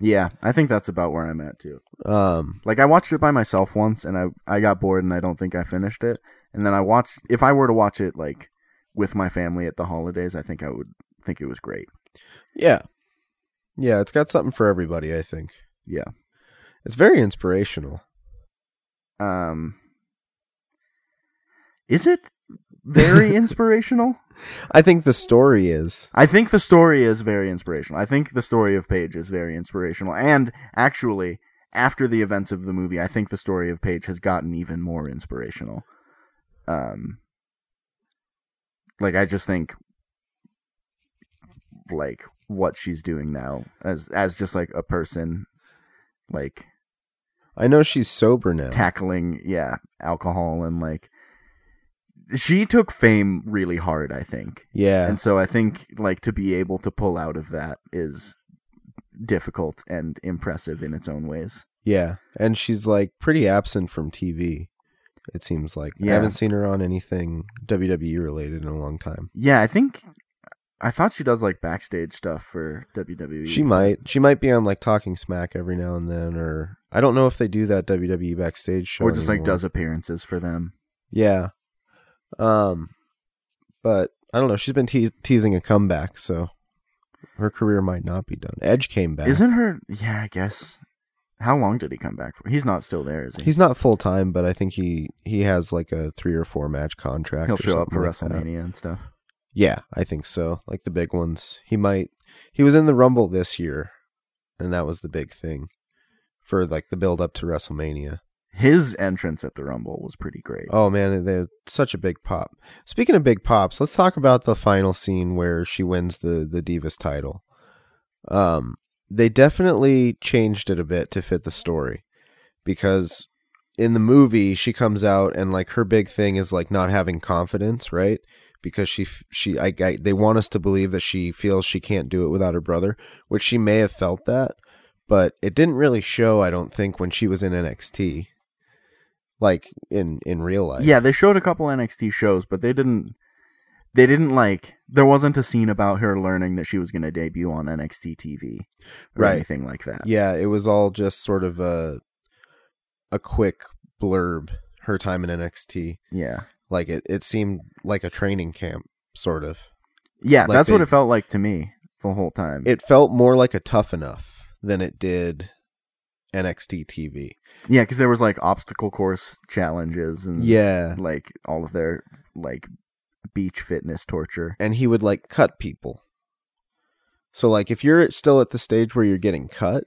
Speaker 2: yeah. I think that's about where I'm at too.
Speaker 1: Um,
Speaker 2: Like I watched it by myself once, and I I got bored, and I don't think I finished it. And then I watched. If I were to watch it like with my family at the holidays, I think I would think it was great.
Speaker 1: yeah, yeah. It's got something for everybody. I think.
Speaker 2: Yeah.
Speaker 1: it's very inspirational.
Speaker 2: Um, is it very inspirational?
Speaker 1: I think the story is.
Speaker 2: I think the story is very inspirational. I think the story of Paige is very inspirational. And actually, after the events of the movie, I think the story of Paige has gotten even more inspirational. Um like I just think like what she's doing now as as just like a person like
Speaker 1: I know she's sober now.
Speaker 2: tackling yeah, alcohol and like she took fame really hard, I think.
Speaker 1: yeah,
Speaker 2: And so I think like to be able to pull out of that is difficult and impressive in its own ways.
Speaker 1: Yeah, and she's like pretty absent from TV. It seems like I
Speaker 2: Yeah.
Speaker 1: haven't seen her on anything WWE related in a long time.
Speaker 2: Yeah, I think I thought she does like backstage stuff for E. WWE.
Speaker 1: She might, she might be on like Talking Smack every now and then, or I don't know if they do that WWE backstage show
Speaker 2: or just like
Speaker 1: anymore.
Speaker 2: does appearances for them.
Speaker 1: Yeah, um, but I don't know. She's been teas teasing a comeback, so her career might not be done. Edge came back.
Speaker 2: Isn't her Yeah, I guess. How long did he come back for? He's not still there, is he?
Speaker 1: He's not full time, but I think he he has like a three or four match contract.
Speaker 2: He'll
Speaker 1: or
Speaker 2: show up
Speaker 1: something
Speaker 2: for
Speaker 1: like that.
Speaker 2: WrestleMania and stuff.
Speaker 1: Yeah, I think so. Like the big ones. He might he was in the Rumble this year, and that was the big thing for like the build up to WrestleMania.
Speaker 2: his entrance at the Rumble was pretty great.
Speaker 1: Oh man, they had such a big pop. Speaking of big pops, let's talk about the final scene where she wins the the Divas title. Um, they definitely changed it a bit to fit the story, because in the movie she comes out and like her big thing is like not having confidence, right? Because she f- she I, I they want us to believe that she feels she can't do it without her brother, which she may have felt that, but it didn't really show. I don't think when she was in NXT. Like in in real life,
Speaker 2: yeah, they showed a couple NXT shows, but they didn't. They didn't like. There wasn't a scene about her learning that she was going to debut on NXT TV or
Speaker 1: Right.
Speaker 2: anything like that.
Speaker 1: yeah it was all just sort of a a quick blurb her time in nxt
Speaker 2: yeah,
Speaker 1: like it, it seemed like a training camp sort of
Speaker 2: Yeah,
Speaker 1: Like
Speaker 2: that's what
Speaker 1: they-
Speaker 2: it felt like to me the whole time.
Speaker 1: it felt more like a tough enough than it did nxt tv
Speaker 2: yeah, because there was like obstacle course challenges and
Speaker 1: yeah
Speaker 2: like all of their like beach fitness torture.
Speaker 1: and he would like cut people so like if you're still at the stage where you're getting cut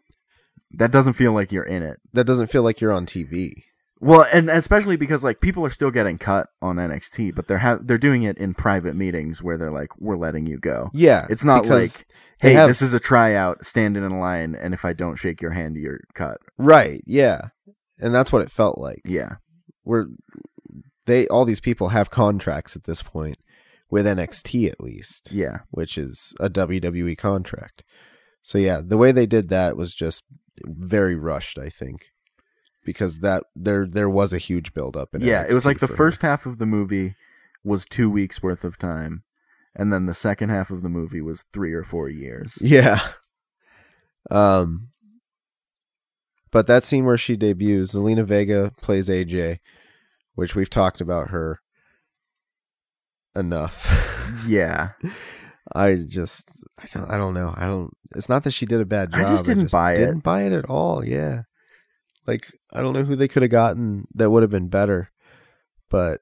Speaker 2: That doesn't feel like you're in it.
Speaker 1: that doesn't feel like you're on tv
Speaker 2: Well, and especially because like people are still getting cut on NXT, but they're ha- they're doing it in private meetings where they're like, "We're letting you go."
Speaker 1: yeah
Speaker 2: It's not
Speaker 1: because-
Speaker 2: like,
Speaker 1: they
Speaker 2: "Hey,
Speaker 1: have-
Speaker 2: this is a tryout. Stand in a line, and if I don't shake your hand, you're cut."
Speaker 1: right yeah and that's what it felt like
Speaker 2: Yeah,
Speaker 1: we're they all these people have contracts at this point with NXT at least,
Speaker 2: yeah,
Speaker 1: which is a WWE contract. So yeah, the way they did that was just very rushed, I think, because that there there was a huge buildup. In
Speaker 2: yeah. It was
Speaker 1: NXT
Speaker 2: like the
Speaker 1: for her.
Speaker 2: first half of the movie was two weeks worth of time, and then the second half of the movie was three or four years.
Speaker 1: Yeah. Um but that scene where she debuts, Zelina Vega plays AJ, which we've talked about her enough.
Speaker 2: Yeah,
Speaker 1: I just I don't I don't know. I don't it's not that she did a bad job.
Speaker 2: I just didn't buy it.
Speaker 1: Didn't buy it at all, yeah. Like I don't know who they could have gotten that would have been better. But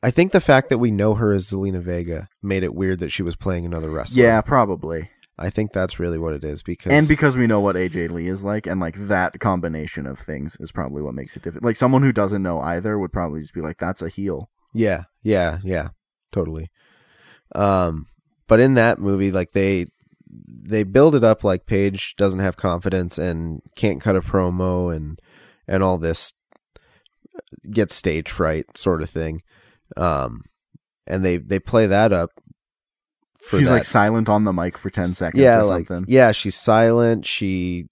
Speaker 1: I think the fact that we know her as Zelina Vega made it weird that she was playing another wrestler.
Speaker 2: yeah, probably.
Speaker 1: I think that's really what it is because
Speaker 2: And because we know what AJ Lee is like, and like that combination of things is probably what makes it different. Like someone who doesn't know either would probably just be like, "That's a heel."
Speaker 1: Yeah, yeah, yeah, totally. Um, but in that movie, like they they build it up like Paige doesn't have confidence and can't cut a promo and and all this uh, gets stage fright sort of thing. Um, and they they play that up. for
Speaker 2: She's
Speaker 1: that.
Speaker 2: like silent on the mic for ten seconds or
Speaker 1: like,
Speaker 2: something.
Speaker 1: Yeah, she's silent. She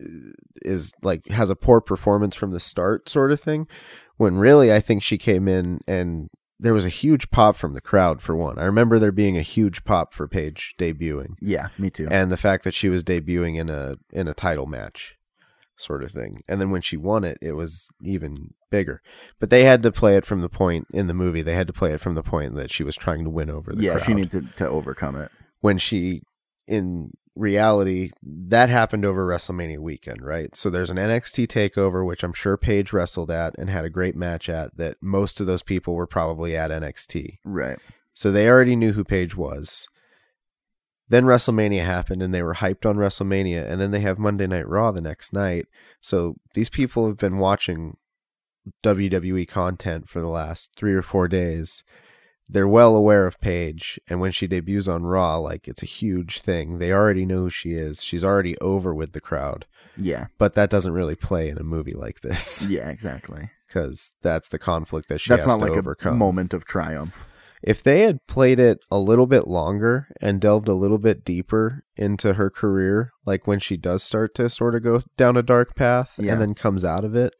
Speaker 1: uh, is like has a poor performance from the start, sort of thing. When really, I think she came in and there was a huge pop from the crowd for one. I remember there being a huge pop for Paige debuting,
Speaker 2: yeah, me too.
Speaker 1: and the fact that she was debuting in a in a title match, sort of thing. And then when she won it, it was even bigger. But they had to play it from the point in the movie. They had to play it from the point that she was trying to win over the
Speaker 2: yeah,
Speaker 1: crowd
Speaker 2: she needs to, to overcome it.
Speaker 1: when she in reality that happened over WrestleMania weekend, right? So there's an NXT takeover which I'm sure Paige wrestled at and had a great match at that most of those people were probably at NXT.
Speaker 2: Right.
Speaker 1: So they already knew who Paige was. Then WrestleMania happened and they were hyped on WrestleMania and then they have Monday Night Raw the next night. So these people have been watching WWE content for the last 3 or 4 days. They're well aware of Paige and when she debuts on Raw like it's a huge thing. They already know who she is. She's already over with the crowd.
Speaker 2: Yeah.
Speaker 1: But that doesn't really play in a movie like this
Speaker 2: Yeah. Exactly.
Speaker 1: cuz that's the conflict that she
Speaker 2: That's
Speaker 1: has
Speaker 2: not
Speaker 1: to
Speaker 2: like
Speaker 1: overcome
Speaker 2: a moment of triumph.
Speaker 1: if they had played it a little bit longer and delved a little bit deeper into her career, like when she does start to sort of go down a dark path
Speaker 2: Yeah.
Speaker 1: and then comes out of it,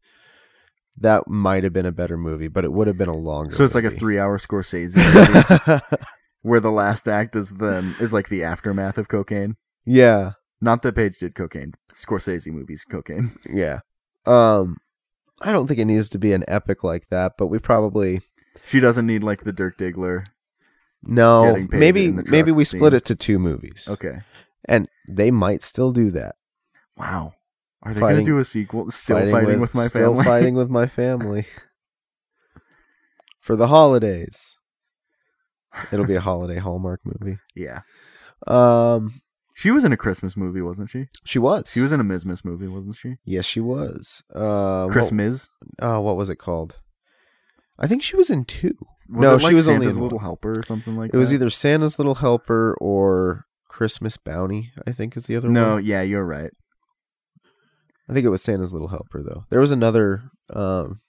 Speaker 1: that might have been a better movie, but it would have been a longer.
Speaker 2: So it's like a
Speaker 1: movie.
Speaker 2: three-hour Scorsese movie where the last act is the is like the aftermath of cocaine.
Speaker 1: yeah,
Speaker 2: Not that Page did cocaine. Scorsese movies cocaine.
Speaker 1: yeah. Um, I don't think it needs to be an epic like that, but we probably
Speaker 2: She doesn't need like the Dirk Diggler.
Speaker 1: no.
Speaker 2: Getting paid
Speaker 1: Maybe
Speaker 2: in the
Speaker 1: maybe
Speaker 2: truck
Speaker 1: we split
Speaker 2: scene.
Speaker 1: it to two movies,
Speaker 2: Okay.
Speaker 1: and they might still do that.
Speaker 2: Wow. Are they
Speaker 1: Fighting-
Speaker 2: gonna do a sequel? Still fighting, with, my
Speaker 1: still
Speaker 2: family.
Speaker 1: fighting with my family for the holidays. It'll be a holiday Hallmark movie.
Speaker 2: yeah.
Speaker 1: Um,
Speaker 2: She was in a Christmas movie, wasn't she?
Speaker 1: She was.
Speaker 2: She was in a Ms. Miss movie, wasn't she?
Speaker 1: Yes, she was. Uh,
Speaker 2: Chris
Speaker 1: what-
Speaker 2: Miz.
Speaker 1: oh, what was it called? I think she was in two.
Speaker 2: Was
Speaker 1: no,
Speaker 2: it,
Speaker 1: she
Speaker 2: like,
Speaker 1: was only
Speaker 2: Santa's
Speaker 1: in
Speaker 2: little
Speaker 1: one.
Speaker 2: helper or something like
Speaker 1: It
Speaker 2: that.
Speaker 1: was either Santa's Little Helper or Christmas Bounty. I think is the other
Speaker 2: No,
Speaker 1: one.
Speaker 2: yeah, you're right.
Speaker 1: I think it was Santa's Little Helper though. There was another, um,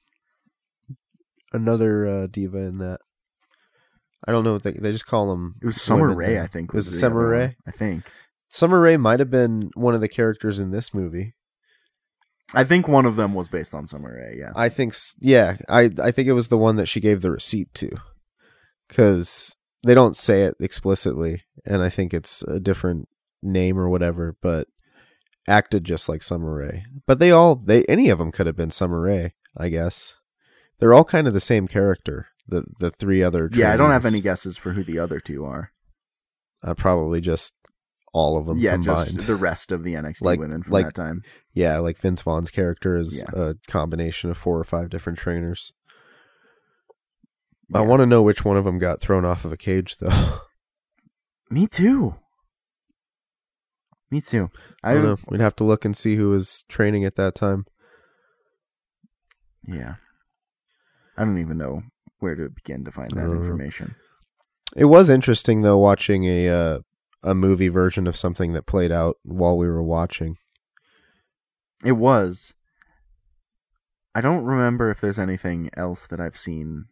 Speaker 1: another uh, diva in that. I don't know. What they they just call them.
Speaker 2: It was Summer
Speaker 1: women
Speaker 2: Rae,
Speaker 1: now.
Speaker 2: I think.
Speaker 1: Was it
Speaker 2: the other
Speaker 1: Summer
Speaker 2: one,
Speaker 1: Rae?
Speaker 2: I think.
Speaker 1: Summer Rae might have been one of the characters in this movie.
Speaker 2: I think one of them was based on Summer Rae. Yeah.
Speaker 1: I think, s- yeah, I I think it was the one that she gave the receipt to, because they don't say it explicitly, and I think it's a different name or whatever, but acted just like Summer Rae. But they all, they any of them could have been Summer Rae, I guess. They're all kind of the same character. The the three other.
Speaker 2: yeah, I don't have
Speaker 1: trainees.
Speaker 2: any guesses for who the other two are.
Speaker 1: Uh, probably just all of them
Speaker 2: yeah,
Speaker 1: combined.
Speaker 2: just the rest of the NXT
Speaker 1: Like-
Speaker 2: women from
Speaker 1: like-
Speaker 2: that time.
Speaker 1: Yeah, like Vince Vaughn's character is
Speaker 2: Yeah.
Speaker 1: a combination of four or five different trainers. I
Speaker 2: Yeah.
Speaker 1: want to know which one of them got thrown off of a cage, though.
Speaker 2: Me too. Me too.
Speaker 1: I
Speaker 2: I,
Speaker 1: don't know. We'd have to look and see who was training at that time.
Speaker 2: yeah. I don't even know where to begin to find
Speaker 1: I
Speaker 2: that
Speaker 1: don't know.
Speaker 2: information.
Speaker 1: It was interesting though watching a uh, a movie version of something that played out while we were watching.
Speaker 2: It was. I don't remember if there's anything else that I've seen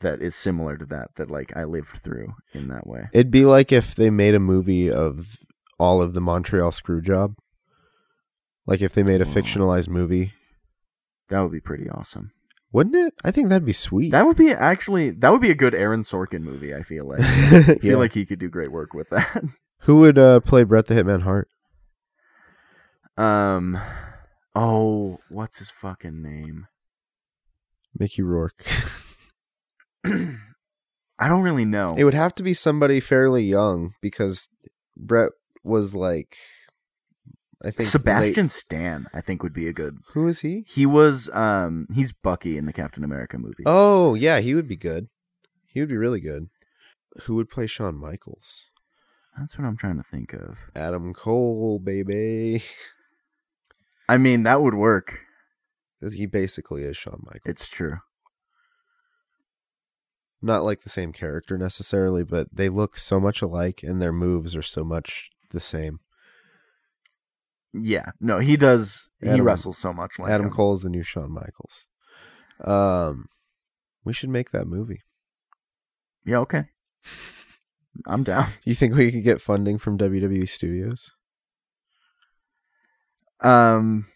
Speaker 2: that is similar to that that like I lived through in that way.
Speaker 1: It'd be like if they made a movie of all of the Montreal Screwjob. Like if they made a
Speaker 2: Whoa.
Speaker 1: fictionalized movie,
Speaker 2: That would be pretty awesome.
Speaker 1: wouldn't it? I think that'd be sweet.
Speaker 2: That would be actually that would be a good Aaron Sorkin movie, I feel like. I feel
Speaker 1: Yeah.
Speaker 2: like he could do great work with that.
Speaker 1: who would uh, play Brett the Hitman Hart?
Speaker 2: Um Oh, what's his fucking name?
Speaker 1: Mickey Rourke.
Speaker 2: I don't really know.
Speaker 1: It would have to be somebody fairly young because Brett was like, I think
Speaker 2: Sebastian
Speaker 1: late-
Speaker 2: Stan, I think would be a good.
Speaker 1: Who is he?
Speaker 2: He was um he's Bucky in the Captain America movie.
Speaker 1: Oh yeah, he would be good. He would be really good. Who would play Shawn Michaels?
Speaker 2: That's what I'm trying to think of.
Speaker 1: Adam Cole, baby.
Speaker 2: I mean, that would work.
Speaker 1: He basically is Shawn Michaels.
Speaker 2: It's true.
Speaker 1: Not like the same character necessarily, but they look so much alike and their moves are so much the same.
Speaker 2: Yeah. No, he does he
Speaker 1: Adam-
Speaker 2: wrestles so much like
Speaker 1: Adam
Speaker 2: him.
Speaker 1: Cole is the new Shawn Michaels. Um, we should make that movie.
Speaker 2: Yeah, okay. I'm down.
Speaker 1: You think we could get funding from WWE Studios?
Speaker 2: Um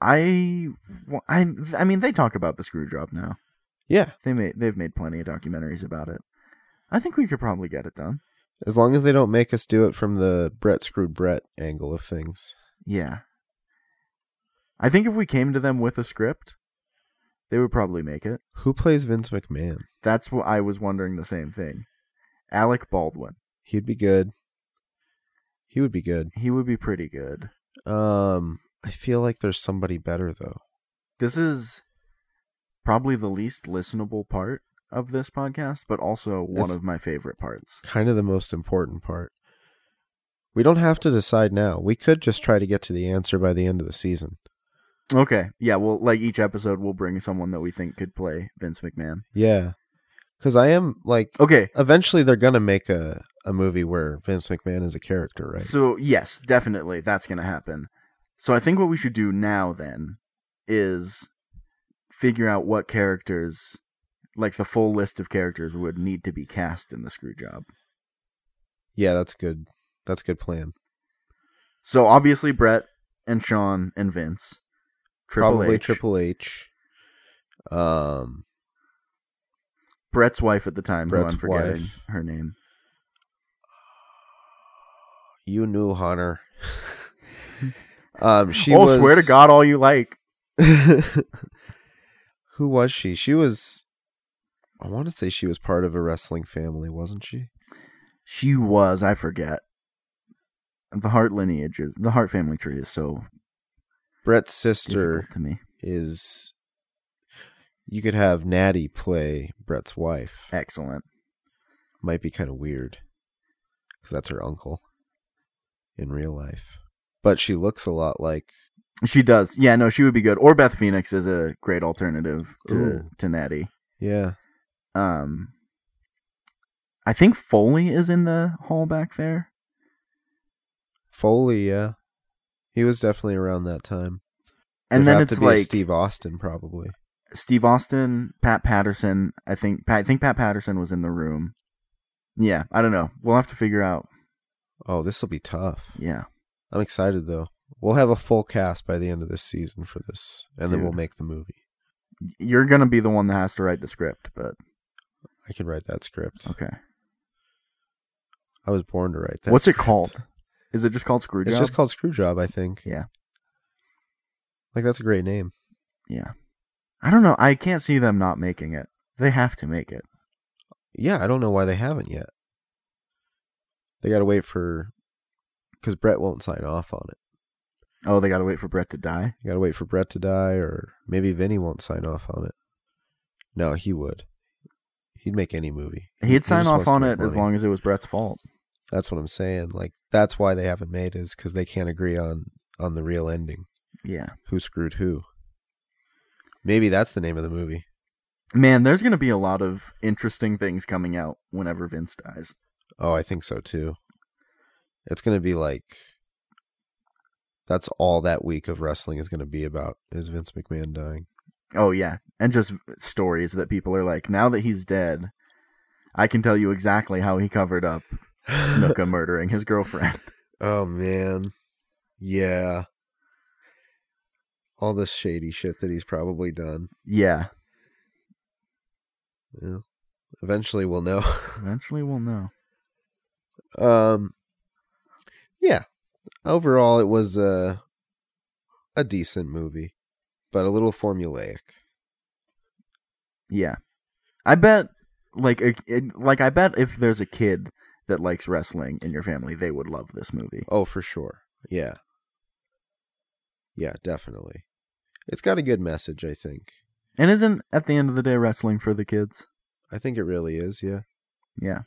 Speaker 2: I wa- I I mean, they talk about the screw job now.
Speaker 1: Yeah,
Speaker 2: They made they've made plenty of documentaries about it. I think we could probably get it done.
Speaker 1: as long as they don't make us do it from the Brett screwed Brett angle of things.
Speaker 2: Yeah. I think if we came to them with a script, they would probably make it.
Speaker 1: Who plays Vince McMahon?
Speaker 2: That's what I was wondering the same thing. Alec Baldwin.
Speaker 1: He'd be good. He would be good.
Speaker 2: He would be pretty good.
Speaker 1: Um, I feel like there's somebody better though.
Speaker 2: This is probably the least listenable part of this podcast, but also one
Speaker 1: It's-
Speaker 2: of my favorite parts.
Speaker 1: Kind of the most important part. We don't have to decide now. We could just try to get to the answer by the end of the season.
Speaker 2: Okay. Yeah, well like each episode we'll bring someone that we think could play Vince McMahon.
Speaker 1: Yeah. Cuz I am like
Speaker 2: Okay.
Speaker 1: eventually they're going to make a a movie where Vince McMahon is a character, right?
Speaker 2: So yes, definitely that's gonna happen. So I think what we should do now then is figure out what characters, like the full list of characters, would need to be cast in the screw job.
Speaker 1: yeah, that's good. That's a good plan.
Speaker 2: So obviously Brett and Sean and Vince, Triple
Speaker 1: Probably
Speaker 2: H,
Speaker 1: Triple H. Um
Speaker 2: Brett's wife at the time, who
Speaker 1: Brett's
Speaker 2: I'm forgetting
Speaker 1: wife.
Speaker 2: her name.
Speaker 1: you knew Hunter. um she
Speaker 2: oh,
Speaker 1: was
Speaker 2: swear to God, all you like.
Speaker 1: Who was she? She was I want to say she was part of a wrestling family, wasn't she?
Speaker 2: She was, I forget. The Hart lineage is the Hart family tree is so
Speaker 1: Brett's sister
Speaker 2: difficult to me.
Speaker 1: is you could have Natty play Brett's wife.
Speaker 2: Excellent.
Speaker 1: Might be kind of weird cuz that's her uncle.
Speaker 3: in real life. But she looks a lot like
Speaker 2: She does. Yeah, no, she would be good. Or Beth Phoenix is a great alternative to
Speaker 3: Ooh.
Speaker 2: to Natty.
Speaker 3: yeah.
Speaker 2: Um, I think Foley is in the hall back there.
Speaker 3: Foley, yeah. He was definitely around that time.
Speaker 2: And
Speaker 3: There'd have
Speaker 2: then
Speaker 3: to
Speaker 2: it's
Speaker 3: be a
Speaker 2: like
Speaker 3: Steve Austin probably.
Speaker 2: Steve Austin, Pat Patterson. I think Pat, I think Pat Patterson was in the room. Yeah, I don't know. We'll have to figure out.
Speaker 3: Oh, this will be tough.
Speaker 2: Yeah,
Speaker 3: I'm excited though. We'll have a full cast by the end of this season for this, and then we'll
Speaker 2: Dude.
Speaker 3: make the movie.
Speaker 2: you're gonna be the one that has to write the script, but
Speaker 3: I can write that script.
Speaker 2: okay.
Speaker 3: I was born to write that.
Speaker 2: What's it
Speaker 3: script.
Speaker 2: called? Is it just called Screwjob?
Speaker 3: It's just called Screwjob, I think.
Speaker 2: Yeah.
Speaker 3: Like that's a great name.
Speaker 2: yeah. I don't know. I can't see them not making it. They have to make it.
Speaker 3: Yeah, I don't know why they haven't yet. They got to wait for cuz Brett won't sign off on it.
Speaker 2: Oh, they gotta wait for Brett to die.
Speaker 3: You got to wait for Brett to die or maybe Vinny won't sign off on it. No, he would. He'd make any movie.
Speaker 2: He'd sign
Speaker 3: just wants
Speaker 2: off
Speaker 3: to
Speaker 2: on
Speaker 3: make
Speaker 2: it as
Speaker 3: money.
Speaker 2: long as it was Brett's fault.
Speaker 3: That's what I'm saying. Like that's why they haven't made it is cuz they can't agree on on the real ending.
Speaker 2: Yeah.
Speaker 3: Who screwed who? Maybe that's the name of the movie.
Speaker 2: Man, there's gonna be a lot of interesting things coming out whenever Vince dies.
Speaker 3: Oh, I think so too. It's going to be like that's all that week of wrestling is going to be about is Vince McMahon dying.
Speaker 2: Oh yeah. And just stories that people are like, now that he's dead, I can tell you exactly how he covered up Snuka murdering his girlfriend.
Speaker 3: oh man. Yeah. All this shady shit that he's probably done.
Speaker 2: Yeah.
Speaker 3: Yeah. Eventually we'll know.
Speaker 2: Eventually we'll know.
Speaker 3: um yeah. Overall it was a a decent movie, but a little formulaic.
Speaker 2: Yeah. I bet like a, it- like I bet if there's a kid that likes wrestling in your family, they would love this movie.
Speaker 3: Oh, for sure. Yeah. Yeah, definitely. It's got a good message, I think.
Speaker 2: And isn't at the end of the day wrestling for the kids?
Speaker 3: I think it really is, yeah.
Speaker 2: Yeah.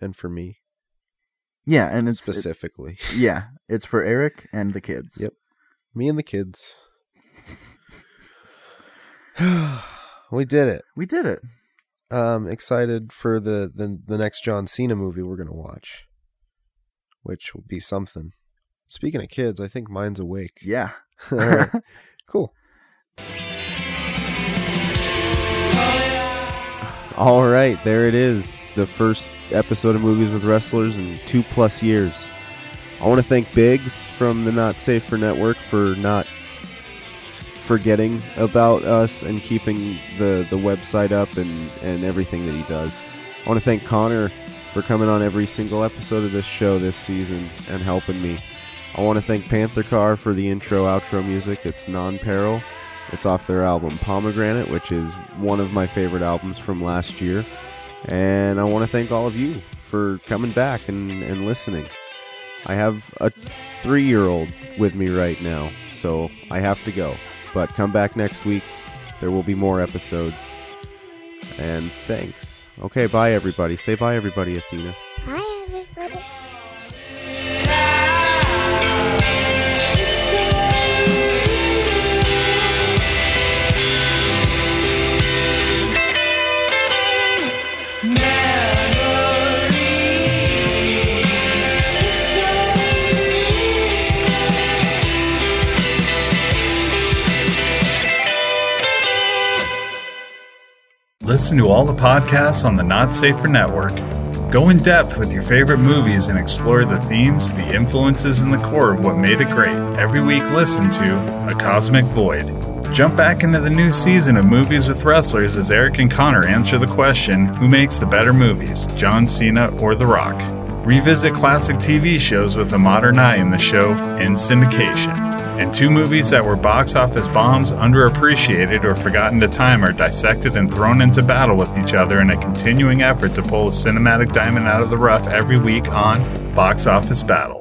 Speaker 3: And for me
Speaker 2: Yeah, and it's it-
Speaker 3: specifically.
Speaker 2: Yeah, it's for Eric and the kids.
Speaker 3: Yep. me and the kids. we did it.
Speaker 2: We did it.
Speaker 3: Um excited for the, the the next John Cena movie we're going to watch, which will be something. Speaking of kids, I think mine's awake.
Speaker 2: Yeah.
Speaker 3: All right. Cool.
Speaker 1: All right, there it is. The first episode of Movies with Wrestlers in two plus years. I want to thank Biggs from the Not Safe for Network for not forgetting about us and keeping the, the website up and, and everything that he does. I want to thank Connor for coming on every single episode of this show this season and helping me. I want to thank Panther Car for the intro outro music. It's non peril. It's off their album Pomegranate, which is one of my favorite albums from last year. And I want to thank all of you for coming back and, and listening. I have a three year old with me right now, so I have to go. But come back next week. There will be more episodes. And thanks. Okay, bye, everybody. Say bye, everybody, Athena.
Speaker 4: Hi, everybody.
Speaker 5: Listen to all the podcasts on the Not Safer Network. Go in depth with your favorite movies and explore the themes, the influences, and the core of what made it great. Every week, listen to A Cosmic Void. Jump back into the new season of Movies with Wrestlers as Eric and Connor answer the question who makes the better movies, John Cena or The Rock? Revisit classic TV shows with a modern eye in the show In Syndication. And two movies that were box office bombs, underappreciated, or forgotten to time are dissected and thrown into battle with each other in a continuing effort to pull a cinematic diamond out of the rough every week on Box Office Battle.